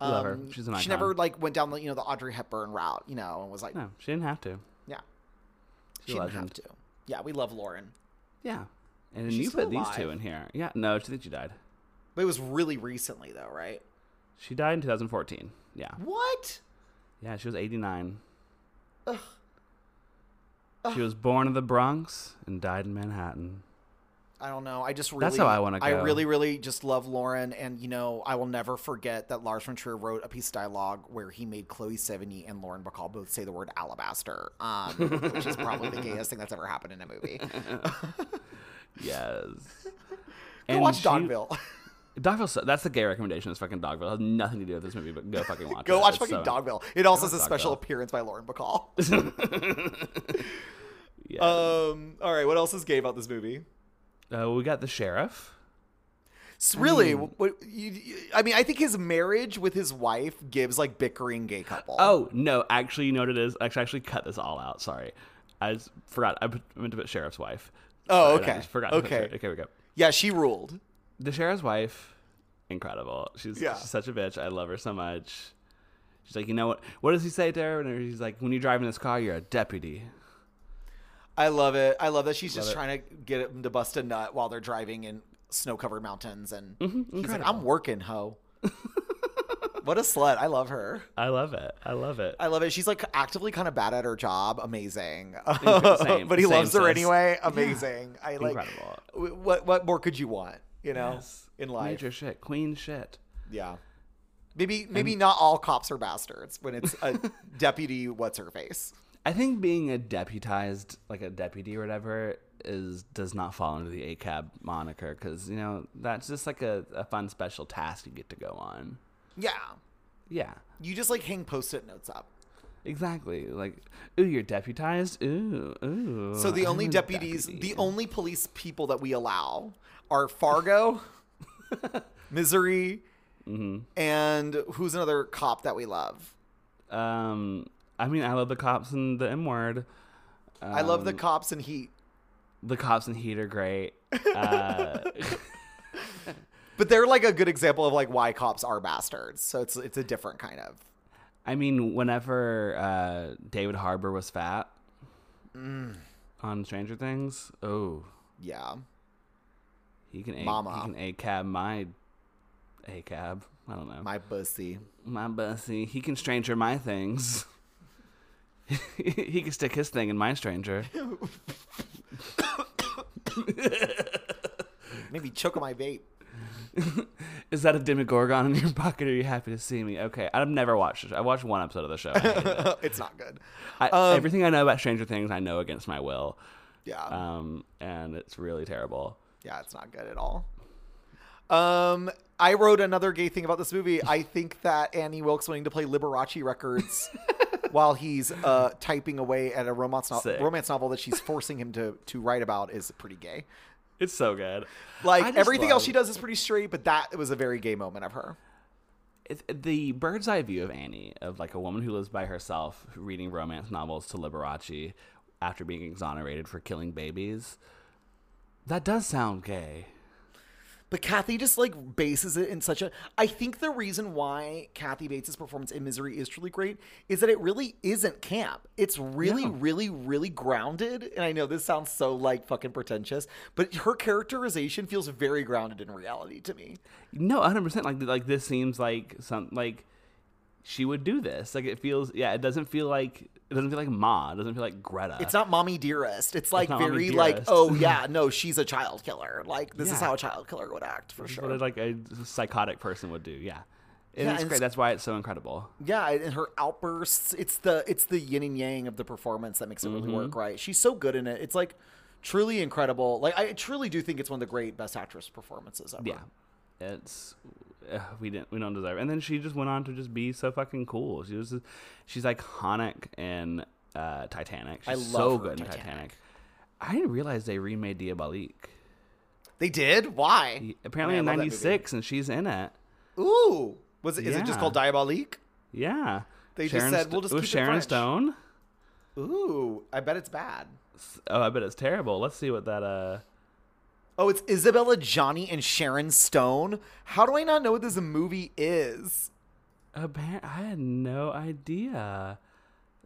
[SPEAKER 2] Um,
[SPEAKER 1] Love her. She's an
[SPEAKER 2] She
[SPEAKER 1] icon.
[SPEAKER 2] never like went down the you know the Audrey Hepburn route, you know, and was like,
[SPEAKER 1] No, she didn't have to.
[SPEAKER 2] yeah, she
[SPEAKER 1] She's
[SPEAKER 2] didn't
[SPEAKER 1] a
[SPEAKER 2] have
[SPEAKER 1] legend.
[SPEAKER 2] to. Yeah, we love Lauren,
[SPEAKER 1] Yeah. And then
[SPEAKER 2] She's
[SPEAKER 1] you put
[SPEAKER 2] still
[SPEAKER 1] these two
[SPEAKER 2] alive.
[SPEAKER 1] in here. Yeah. No, she think she died.
[SPEAKER 2] but it was really recently though, right?
[SPEAKER 1] She died in 2014. Yeah.
[SPEAKER 2] What?
[SPEAKER 1] Yeah, she was 89.
[SPEAKER 2] Ugh.
[SPEAKER 1] She was born in the Bronx and died in Manhattan.
[SPEAKER 2] I don't know. I just really
[SPEAKER 1] That's how I wanna
[SPEAKER 2] I
[SPEAKER 1] go.
[SPEAKER 2] really, really just love Lauren, and you know, I will never forget that Lars von Trier wrote a piece of dialogue where he made Chloe Sevigny and Lauren Bacall both say the word alabaster, um, which is probably the gayest thing that's ever happened in a movie. Go
[SPEAKER 1] Yes.
[SPEAKER 2] watch
[SPEAKER 1] she-
[SPEAKER 2] Dogville.
[SPEAKER 1] Dogville. su- That's the gay recommendation. Is fucking Dogville. It has nothing to do with this movie, but go fucking watch it.
[SPEAKER 2] Go watch
[SPEAKER 1] It's
[SPEAKER 2] fucking
[SPEAKER 1] so-
[SPEAKER 2] Dogville. It also
[SPEAKER 1] watch
[SPEAKER 2] has a special
[SPEAKER 1] Dogville.
[SPEAKER 2] appearance by Lauren Bacall.
[SPEAKER 1] Yeah.
[SPEAKER 2] um, all right, what else is gay about this movie?
[SPEAKER 1] Uh, we got the sheriff.
[SPEAKER 2] It's really,
[SPEAKER 1] Hmm.
[SPEAKER 2] what, you, you, I mean, I think his marriage with his wife gives like bickering gay couple.
[SPEAKER 1] Oh no! Actually, you know what it is. I should actually cut this all out. Sorry, I just forgot. I put- meant to put sheriff's wife.
[SPEAKER 2] Oh,
[SPEAKER 1] Sorry, I
[SPEAKER 2] okay.
[SPEAKER 1] just forgot. to put
[SPEAKER 2] Okay.
[SPEAKER 1] sheriff- okay, we go.
[SPEAKER 2] yeah, she ruled.
[SPEAKER 1] The sheriff's wife, incredible. She's,
[SPEAKER 2] Yeah.
[SPEAKER 1] she's such a bitch. I love her so much. She's like, you know what? What does he say to her? And he's like, when you're driving this car, you're a deputy.
[SPEAKER 2] I love it. I love that she's just
[SPEAKER 1] it.
[SPEAKER 2] trying to get him to bust a nut while they're driving in snow-covered mountains, and he's like,
[SPEAKER 1] Mm-hmm. incredible.
[SPEAKER 2] "I'm working, hoe." what a slut! I love her.
[SPEAKER 1] I love it. I love it.
[SPEAKER 2] I love it. She's like actively kind of bad at her job. Amazing,
[SPEAKER 1] Same,
[SPEAKER 2] but he
[SPEAKER 1] same,
[SPEAKER 2] loves her
[SPEAKER 1] sis.
[SPEAKER 2] anyway. Amazing. I like.
[SPEAKER 1] Incredible.
[SPEAKER 2] w- What what more could you want? You know, in life.
[SPEAKER 1] major shit, queen shit.
[SPEAKER 2] Yeah. Maybe maybe not all cops are bastards when it's a deputy. What's her face?
[SPEAKER 1] I think being a deputized, like a deputy or whatever, is does not fall under the ACAB moniker because you know that's just like a, a fun special task you get to go on.
[SPEAKER 2] Yeah.
[SPEAKER 1] Yeah,
[SPEAKER 2] You just like hang post-it notes up.
[SPEAKER 1] exactly. Like, ooh, you're deputized. Ooh, ooh.
[SPEAKER 2] So the
[SPEAKER 1] I'm
[SPEAKER 2] only
[SPEAKER 1] a
[SPEAKER 2] deputies,
[SPEAKER 1] deputy.
[SPEAKER 2] the only police people that we allow are Fargo, Misery, and who's another cop that we love?
[SPEAKER 1] um, I mean, I love the cops and the M word.
[SPEAKER 2] I love the cops in Heat,
[SPEAKER 1] The cops and heat are great. Uh,
[SPEAKER 2] but they're like a good example of like why cops are bastards. So it's it's a different kind of.
[SPEAKER 1] I mean, whenever uh, David Harbor was fat,
[SPEAKER 2] Mm.
[SPEAKER 1] on Stranger Things. Oh,
[SPEAKER 2] Yeah.
[SPEAKER 1] he can a
[SPEAKER 2] Mama.
[SPEAKER 1] he can a cab my a cab. I don't know
[SPEAKER 2] My pussy.
[SPEAKER 1] my bussy. He can stranger my things. he can stick his thing in my stranger.
[SPEAKER 2] Maybe choke on my vape.
[SPEAKER 1] Is that a Demogorgon in your pocket? Are you happy to see me? Okay, I've never watched. It. I watched one episode of the show. I hated it.
[SPEAKER 2] it's not good.
[SPEAKER 1] I,
[SPEAKER 2] Um,
[SPEAKER 1] everything I know about Stranger Things, I know against my will,
[SPEAKER 2] Yeah.
[SPEAKER 1] um, and it's really terrible.
[SPEAKER 2] Yeah, it's not good at all. Um, I wrote another gay thing about this movie. I think that Annie Wilkes wanting to play Liberace records while he's uh, typing away at a romance, no-
[SPEAKER 1] Sick.
[SPEAKER 2] romance novel that she's forcing him to, to write about is pretty gay.
[SPEAKER 1] It's so good. I
[SPEAKER 2] Like
[SPEAKER 1] just
[SPEAKER 2] everything else
[SPEAKER 1] love-
[SPEAKER 2] she does is pretty straight, but that was a very gay moment of her.
[SPEAKER 1] it, the bird's eye view of Annie, of like a woman who lives by herself, reading romance novels to Liberace after being exonerated for killing babies. That does sound gay.
[SPEAKER 2] But Kathy just like bases it in such a. I think the reason why Kathy Bates' performance in Misery is truly great is that it really isn't camp. It's really, really, really grounded. And I know this sounds so like fucking pretentious, but her characterization feels very grounded in reality to me.
[SPEAKER 1] No, hundred percent. Like like this seems like some like she would do this. Like it feels yeah. It doesn't feel like it doesn't feel like Ma. It doesn't feel like Greta.
[SPEAKER 2] It's not mommy dearest. It's like
[SPEAKER 1] not Mommy
[SPEAKER 2] very like,
[SPEAKER 1] Dearest.
[SPEAKER 2] oh yeah, no, she's a child killer. Like this is
[SPEAKER 1] Yeah.
[SPEAKER 2] how a child killer would act for
[SPEAKER 1] what
[SPEAKER 2] sure.
[SPEAKER 1] a, like a psychotic person would do. Yeah, It is
[SPEAKER 2] Yeah, and
[SPEAKER 1] great.
[SPEAKER 2] it's-
[SPEAKER 1] That's why it's so incredible.
[SPEAKER 2] Yeah, and her outbursts. It's the it's the yin and yang of the performance that makes it really work,
[SPEAKER 1] Mm-hmm.
[SPEAKER 2] right? She's so good in it. It's like truly incredible. Like I truly do think it's one of the great best actress performances ever.
[SPEAKER 1] Yeah, it's uh, we didn't we don't deserve. It. And then she just went on to just be so fucking cool. She was she's iconic in uh, Titanic. She's
[SPEAKER 2] I
[SPEAKER 1] so
[SPEAKER 2] love her
[SPEAKER 1] good in
[SPEAKER 2] Titanic.
[SPEAKER 1] Titanic. I didn't realize they remade Diabolique.
[SPEAKER 2] They did? Why?
[SPEAKER 1] Apparently
[SPEAKER 2] Oh, I mean, I
[SPEAKER 1] in
[SPEAKER 2] love that movie.
[SPEAKER 1] '96, and she's in it.
[SPEAKER 2] Ooh. Was it is it just
[SPEAKER 1] uh, Yeah.
[SPEAKER 2] called Diabolique?
[SPEAKER 1] Yeah,
[SPEAKER 2] They just said, "We'll just
[SPEAKER 1] it was
[SPEAKER 2] keep it
[SPEAKER 1] Sharon
[SPEAKER 2] French."
[SPEAKER 1] Stone.
[SPEAKER 2] Ooh. I bet it's bad.
[SPEAKER 1] Oh, I bet it's terrible. Let's see what that. uh
[SPEAKER 2] Oh, it's Isabella Johnny and Sharon Stone. How do I not know what this movie is?
[SPEAKER 1] Appar- I had no idea.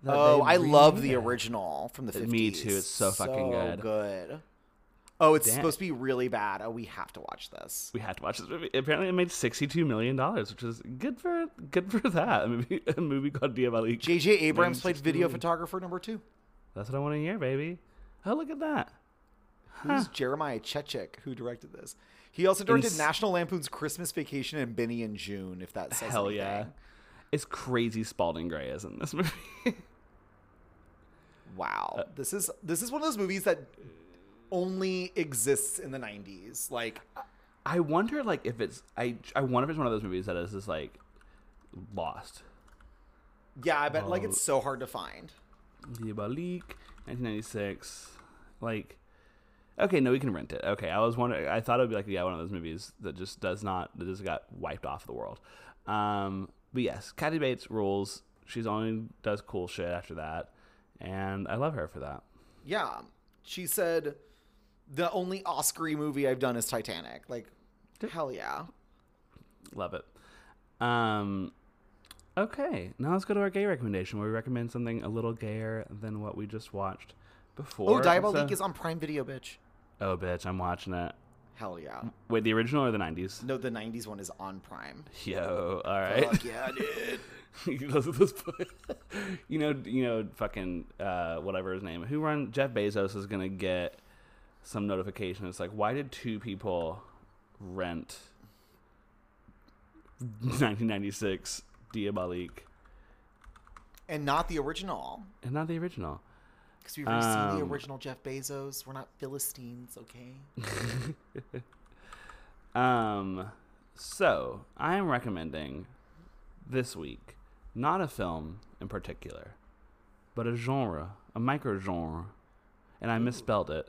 [SPEAKER 1] that
[SPEAKER 2] Oh,
[SPEAKER 1] they
[SPEAKER 2] I love
[SPEAKER 1] remade
[SPEAKER 2] the
[SPEAKER 1] it.
[SPEAKER 2] original from the 50s.
[SPEAKER 1] Me too. It's so fucking good.
[SPEAKER 2] good. Oh, it's
[SPEAKER 1] Damn.
[SPEAKER 2] supposed to be really bad. Oh, we have to watch this.
[SPEAKER 1] We had to watch this movie. Apparently, it made sixty-two million dollars, which is good for good for that. A movie, a movie called Diabolique.
[SPEAKER 2] J.J. Abrams played
[SPEAKER 1] 1960
[SPEAKER 2] video
[SPEAKER 1] movie.
[SPEAKER 2] photographer number two.
[SPEAKER 1] That's what I want to hear, baby. Oh, look at that.
[SPEAKER 2] Who's Jeremiah Chechik, who directed this? He also directed
[SPEAKER 1] Ins-
[SPEAKER 2] National Lampoon's Christmas Vacation and Benny and June, if that says
[SPEAKER 1] Hell
[SPEAKER 2] anything.
[SPEAKER 1] yeah. It's crazy. Spalding Gray is in this movie. Uh,
[SPEAKER 2] Wow. this is this is one of those movies that only exists in the 90s. Like
[SPEAKER 1] I wonder, like, if it's I. I wonder if it's one of those movies that is just like lost.
[SPEAKER 2] yeah, I bet like it's so hard to find.
[SPEAKER 1] Diabolique, 1996. Like, okay, no, we can rent it. Okay, I was wondering. I thought it would be like, yeah, one of those movies that just does not, that just got wiped off the world. Um, but yes, Kathy Bates rules. She's only does cool shit after that, and I love her for that.
[SPEAKER 2] Yeah. She said the only Oscary movie I've done is Titanic. Like hell yeah.
[SPEAKER 1] Love it. Um, okay, now let's go to our gay recommendation, where we recommend something a little gayer than what we just watched
[SPEAKER 2] Oh,
[SPEAKER 1] before.
[SPEAKER 2] Diabolique
[SPEAKER 1] So-
[SPEAKER 2] is on Prime Video, bitch.
[SPEAKER 1] Oh, bitch, I'm watching it.
[SPEAKER 2] Hell yeah.
[SPEAKER 1] Wait, the original or the 90s?
[SPEAKER 2] No, the 90s one is on Prime.
[SPEAKER 1] Yo, all right.
[SPEAKER 2] Fuck yeah, dude.
[SPEAKER 1] Those are those put- you know, you know, fucking uh, whatever his name. Who run Jeff Bezos is gonna get some notification. It's like, why did two people rent 1996 Diabolique
[SPEAKER 2] and not the original
[SPEAKER 1] and not the original?
[SPEAKER 2] because we've already seen the
[SPEAKER 1] Um,
[SPEAKER 2] original Jeff Bezos. We're not Philistines, okay?
[SPEAKER 1] Um, so I am recommending this week not a film in particular, but a genre, a micro genre, and I misspelled it.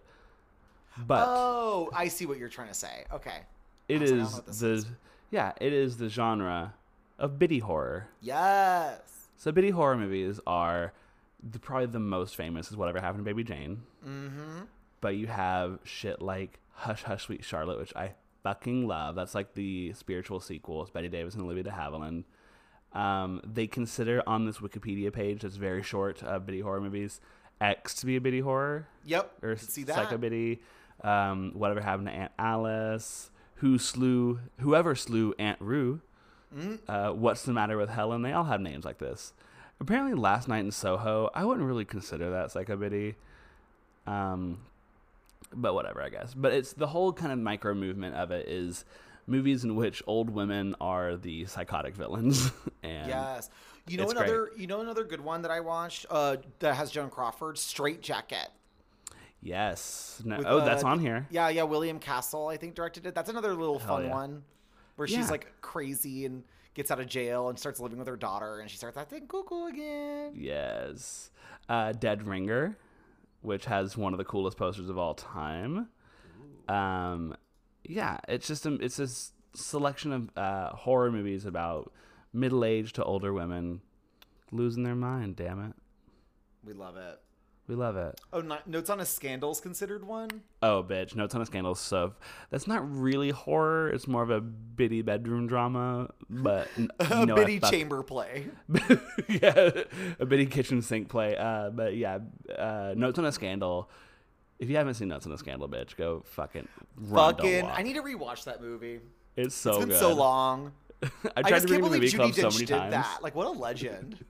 [SPEAKER 1] But
[SPEAKER 2] Oh, I see what you're trying to say. Okay.
[SPEAKER 1] It
[SPEAKER 2] I was like, I don't
[SPEAKER 1] is
[SPEAKER 2] know what this
[SPEAKER 1] the yeah, it is the genre of biddy horror.
[SPEAKER 2] Yes.
[SPEAKER 1] So biddy horror movies are the, probably the most famous is whatever happened to Baby Jane. Mm-hmm. But you have shit like Hush Hush Sweet Charlotte, which I fucking love. That's like the spiritual sequel. It's Betty Davis and Olivia De Havilland. Um, they consider on this Wikipedia page that's very short of biddy horror movies X to be a bitty horror
[SPEAKER 2] Yep.
[SPEAKER 1] or
[SPEAKER 2] could see that.
[SPEAKER 1] Psycho Bitty, um, whatever happened to Aunt Alice, who slew whoever slew Aunt Rue,
[SPEAKER 2] Mm.
[SPEAKER 1] uh, what's the matter with Helen? They all have names like this. Apparently, last night in Soho, I wouldn't really consider that Psycho Bitty, um, but whatever, I guess. But it's the whole kind of micro movement of it is movies in which old women are the psychotic villains, and
[SPEAKER 2] Yes. You know
[SPEAKER 1] It's
[SPEAKER 2] another you know another good one that I watched uh, that has Joan Crawford, Straight Jacket.
[SPEAKER 1] yes, no,
[SPEAKER 2] With,
[SPEAKER 1] oh,
[SPEAKER 2] uh,
[SPEAKER 1] that's on here.
[SPEAKER 2] Yeah, yeah, William Castle I think directed it. That's another little
[SPEAKER 1] Hell
[SPEAKER 2] fun
[SPEAKER 1] yeah.
[SPEAKER 2] one where
[SPEAKER 1] Yeah.
[SPEAKER 2] she's like crazy and gets out of jail and starts living with her daughter and she starts acting cuckoo again.
[SPEAKER 1] Yes. Uh, Dead Ringer, which has one of the coolest posters of all time. Um, yeah, it's just a, it's this selection of uh, horror movies about middle aged to older women losing their mind. Damn it,
[SPEAKER 2] We love it.
[SPEAKER 1] we love it.
[SPEAKER 2] Oh, no- notes on a scandal's considered one.
[SPEAKER 1] Oh, bitch, no ton of scandals. So that's not really horror. It's more of a bitty bedroom drama, but n-
[SPEAKER 2] A
[SPEAKER 1] you know, I
[SPEAKER 2] bitty
[SPEAKER 1] fuck-
[SPEAKER 2] chamber play.
[SPEAKER 1] yeah, a bitty kitchen sink play. Uh, but yeah, uh, Notes on a Scandal. If you haven't seen Notes on a Scandal, bitch, go fucking run. don't
[SPEAKER 2] Fucking,
[SPEAKER 1] walk.
[SPEAKER 2] I need to rewatch that movie.
[SPEAKER 1] it's so
[SPEAKER 2] It's been
[SPEAKER 1] good.
[SPEAKER 2] so long.
[SPEAKER 1] I
[SPEAKER 2] I
[SPEAKER 1] Oh, tried
[SPEAKER 2] just
[SPEAKER 1] to read
[SPEAKER 2] can't
[SPEAKER 1] the
[SPEAKER 2] believe
[SPEAKER 1] movie
[SPEAKER 2] Judy
[SPEAKER 1] club so
[SPEAKER 2] Dench
[SPEAKER 1] many
[SPEAKER 2] did
[SPEAKER 1] times
[SPEAKER 2] that. Like, what a legend.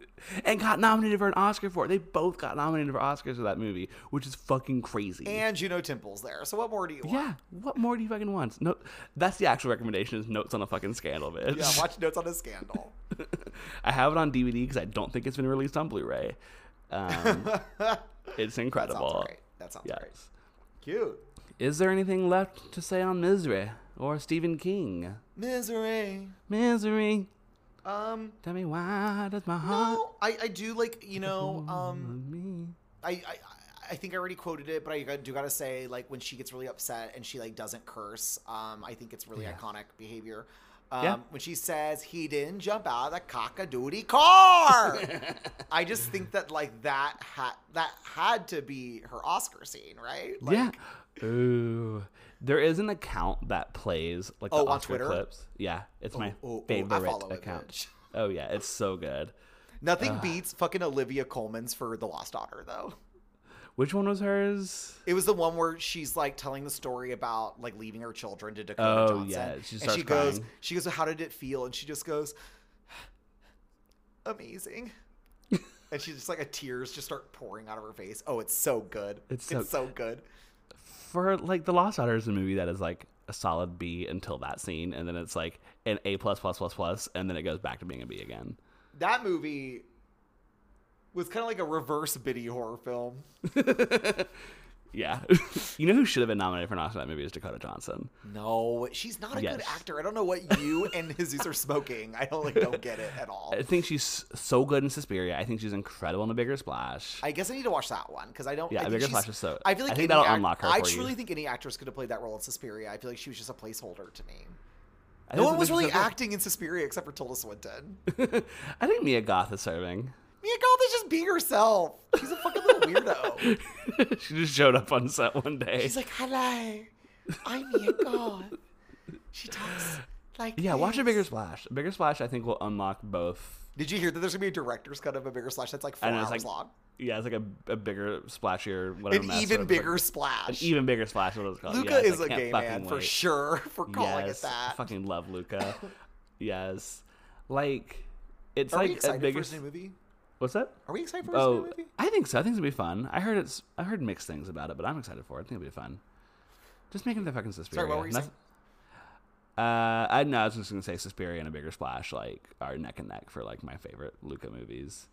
[SPEAKER 1] and got nominated for an Oscar for it. They both got nominated for Oscars for that movie, which is fucking crazy.
[SPEAKER 2] and Juno Temple's there. So what more do you want?
[SPEAKER 1] yeah, what more do you fucking want? No, that's the actual recommendation. Is Notes on a fucking Scandal, bitch.
[SPEAKER 2] Yeah, watch Notes on a Scandal.
[SPEAKER 1] I have it on DVD because I don't think it's been released on Blu-ray. Um, it's
[SPEAKER 2] That sounds
[SPEAKER 1] incredible.
[SPEAKER 2] great. That sounds
[SPEAKER 1] Yes.
[SPEAKER 2] great. Cute.
[SPEAKER 1] Is there anything left to say on misery or Stephen King?
[SPEAKER 2] Misery.
[SPEAKER 1] Misery,
[SPEAKER 2] Um,
[SPEAKER 1] tell me why does my heart
[SPEAKER 2] no, Oh, I, I do like, you know, um,
[SPEAKER 1] love me?
[SPEAKER 2] I, I, I think I already quoted it, but I do gotta say, like, when she gets really upset and she, like, doesn't curse, um, I think it's really iconic behavior. Um,
[SPEAKER 1] Yeah.
[SPEAKER 2] When she says, he didn't jump out of the cock-a-doodie car! I just think that, like, that, ha- that had to be her Oscar scene, right? Like,
[SPEAKER 1] yeah. Ooh. There is an account that plays like
[SPEAKER 2] Oh,
[SPEAKER 1] the
[SPEAKER 2] on
[SPEAKER 1] Oscar
[SPEAKER 2] Twitter?
[SPEAKER 1] clips. Yeah, it's my
[SPEAKER 2] oh, oh, I
[SPEAKER 1] favorite
[SPEAKER 2] follow it,
[SPEAKER 1] account.
[SPEAKER 2] bitch.
[SPEAKER 1] oh yeah, it's so good.
[SPEAKER 2] Nothing beats fucking Olivia Coleman's for The Lost Daughter, though.
[SPEAKER 1] Which one was hers?
[SPEAKER 2] It was the one where she's like telling the story about like leaving her children to Dakota
[SPEAKER 1] Oh,
[SPEAKER 2] Johnson.
[SPEAKER 1] yeah, she
[SPEAKER 2] and
[SPEAKER 1] starts
[SPEAKER 2] she goes,
[SPEAKER 1] crying.
[SPEAKER 2] she goes, "How did it feel?" And she just goes, "Amazing." and she's just like, a tears just start pouring out of her face. Oh, it's so good.
[SPEAKER 1] It's so-
[SPEAKER 2] good.
[SPEAKER 1] For like The Lost Daughter is a movie that is like a solid B until that scene, and then it's like an A plus plus plus plus, and then it goes back to being a B again.
[SPEAKER 2] That movie was kind of like a reverse biddy horror film.
[SPEAKER 1] Yeah. you know who should have been nominated for an Oscar for that movie is Dakota Johnson.
[SPEAKER 2] No, she's not a good
[SPEAKER 1] Yes.
[SPEAKER 2] actor. I don't know what you and Jesus are smoking. I don't like don't get it at all.
[SPEAKER 1] I think she's so good in Suspiria. I think she's incredible in The Bigger Splash.
[SPEAKER 2] I guess I need to watch that one because I don't.
[SPEAKER 1] Yeah,
[SPEAKER 2] I think
[SPEAKER 1] Bigger
[SPEAKER 2] she's-
[SPEAKER 1] Splash is so-
[SPEAKER 2] I feel
[SPEAKER 1] I
[SPEAKER 2] like
[SPEAKER 1] think
[SPEAKER 2] any
[SPEAKER 1] that'll unlock her
[SPEAKER 2] I
[SPEAKER 1] for you.
[SPEAKER 2] truly think any actress could have played that role in Suspiria. I feel like she was just a placeholder to me.
[SPEAKER 1] I
[SPEAKER 2] No
[SPEAKER 1] think
[SPEAKER 2] one was
[SPEAKER 1] The Bigger
[SPEAKER 2] really
[SPEAKER 1] Splash-
[SPEAKER 2] acting in Suspiria except for Tilda Swinton.
[SPEAKER 1] I think Mia Goth is serving.
[SPEAKER 2] Mia Goth is just being herself. She's a fucking little weirdo.
[SPEAKER 1] she just showed up on set one day.
[SPEAKER 2] She's like, "Hello, I'm Mia Goth." She talks like
[SPEAKER 1] yeah, watch A
[SPEAKER 2] this.
[SPEAKER 1] Bigger Splash. A Bigger Splash, I think, will unlock both.
[SPEAKER 2] Did you hear that there's gonna be a director's cut of a bigger slash that's like four
[SPEAKER 1] And it's
[SPEAKER 2] hours
[SPEAKER 1] like
[SPEAKER 2] long?
[SPEAKER 1] Yeah, it's like a, a bigger, splashier, whatever.
[SPEAKER 2] An
[SPEAKER 1] mess,
[SPEAKER 2] even
[SPEAKER 1] whatever it's
[SPEAKER 2] bigger
[SPEAKER 1] like-
[SPEAKER 2] splash.
[SPEAKER 1] An even bigger splash. is What it's called.
[SPEAKER 2] Luca
[SPEAKER 1] Yes, I
[SPEAKER 2] is a
[SPEAKER 1] can't
[SPEAKER 2] gay man
[SPEAKER 1] fucking
[SPEAKER 2] for
[SPEAKER 1] wait.
[SPEAKER 2] sure for calling
[SPEAKER 1] yes,
[SPEAKER 2] it that.
[SPEAKER 1] I fucking love Luca. yes, like it's
[SPEAKER 2] Are
[SPEAKER 1] like
[SPEAKER 2] we excited
[SPEAKER 1] a bigger.
[SPEAKER 2] for his new movie?
[SPEAKER 1] What's that?
[SPEAKER 2] Are we excited for his new
[SPEAKER 1] Oh,
[SPEAKER 2] movie?
[SPEAKER 1] I think so. I think it's gonna be fun. I heard it's. I heard mixed things about it, but I'm excited for it. I think it'll be fun. Just making the fucking Suspiria.
[SPEAKER 2] what were you
[SPEAKER 1] Nothing- Uh, I no, I was just gonna say Suspiria and a bigger splash, like are neck and neck for like my favorite Luca movies.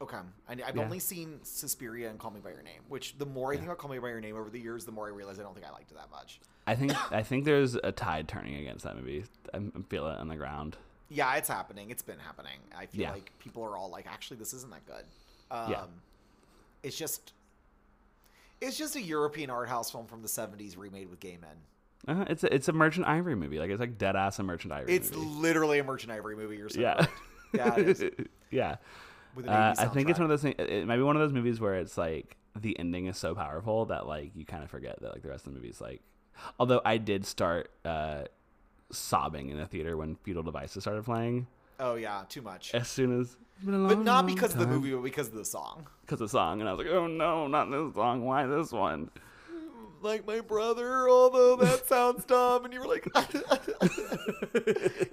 [SPEAKER 2] Okay, I, I've
[SPEAKER 1] Yeah.
[SPEAKER 2] only seen Suspiria and Call Me by Your Name, which the more I think about Call Me by Your Name over the years, the more I realize I don't think I liked it that much.
[SPEAKER 1] I think I think there's a tide turning against that movie. I am feel it on the ground.
[SPEAKER 2] Yeah, it's happening. It's been happening. I feel
[SPEAKER 1] Yeah.
[SPEAKER 2] like people are all like, actually, this isn't that good. Um,
[SPEAKER 1] Yeah.
[SPEAKER 2] It's just, it's just a European art house film from the '70s remade with gay men.
[SPEAKER 1] Uh, it's a, it's a Merchant Ivory movie. Like it's like dead ass a Merchant Ivory.
[SPEAKER 2] It's
[SPEAKER 1] movie.
[SPEAKER 2] literally a Merchant Ivory movie. You're so
[SPEAKER 1] yeah,
[SPEAKER 2] right. yeah, it is.
[SPEAKER 1] yeah.
[SPEAKER 2] With an
[SPEAKER 1] Uh,
[SPEAKER 2] 80s
[SPEAKER 1] I think it's one
[SPEAKER 2] soundtrack.
[SPEAKER 1] of those things. It it might be one of those movies where it's like the ending is so powerful that like you kind of forget that like the rest of the movie's like. Although I did start uh, sobbing in the theater when Fetal Devices started playing.
[SPEAKER 2] Oh yeah, too much.
[SPEAKER 1] As soon as Been a
[SPEAKER 2] but
[SPEAKER 1] long,
[SPEAKER 2] not
[SPEAKER 1] long
[SPEAKER 2] because of the
[SPEAKER 1] time.
[SPEAKER 2] movie, but because of the song.
[SPEAKER 1] because of the song, and I was like, oh no, not this song. Why this one?
[SPEAKER 2] Like my brother, although that sounds dumb, and you were like,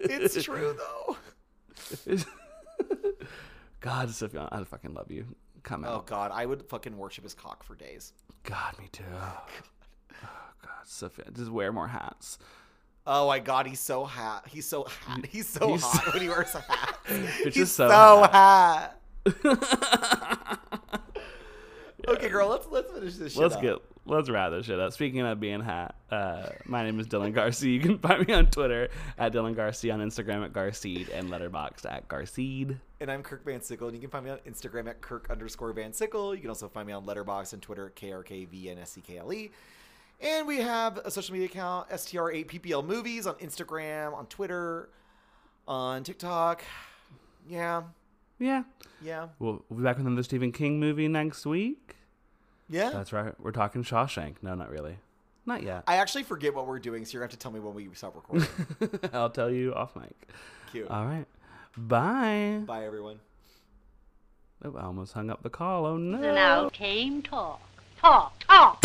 [SPEAKER 2] it's true though.
[SPEAKER 1] God, Sufjan, I fucking love you. Come
[SPEAKER 2] Oh
[SPEAKER 1] out.
[SPEAKER 2] God, I would fucking worship his cock for days.
[SPEAKER 1] God, me too. Oh God, Sufjan, just wear more hats.
[SPEAKER 2] Oh my God, he's so hot. He's so hot. He's so
[SPEAKER 1] He's-
[SPEAKER 2] hot when he wears a hat.
[SPEAKER 1] It's
[SPEAKER 2] he's
[SPEAKER 1] just
[SPEAKER 2] so,
[SPEAKER 1] so
[SPEAKER 2] hot.
[SPEAKER 1] hot.
[SPEAKER 2] Okay, girl, let's let's finish this. Shit
[SPEAKER 1] let's
[SPEAKER 2] up.
[SPEAKER 1] get let's wrap this shit up. Speaking of being hot, uh, my name is Dylan Garcia. You can find me on Twitter at Dylan Garcia, on Instagram at Garceed, and Letterboxd at Garceed.
[SPEAKER 2] And I'm Kirk Van Sickle, and you can find me on Instagram at Kirk underscore Van Sickle. You can also find me on Letterbox and Twitter at KRKVNSCKLE. E. And we have a social media account, STR8PPL Movies, on Instagram, on Twitter, on TikTok. Yeah,
[SPEAKER 1] Yeah,
[SPEAKER 2] yeah,
[SPEAKER 1] we'll, we'll be back with another Stephen King movie next week.
[SPEAKER 2] yeah.
[SPEAKER 1] That's right, we're talking Shawshank. No, not really, not yet.
[SPEAKER 2] I actually forget what we're doing, so you're going to have to tell me when we stop recording.
[SPEAKER 1] I'll tell you off mic.
[SPEAKER 2] Cute.
[SPEAKER 1] All right, bye.
[SPEAKER 2] Bye, everyone.
[SPEAKER 1] Oh, I almost hung up the call. Oh no.
[SPEAKER 3] And out came talk. Talk, talk.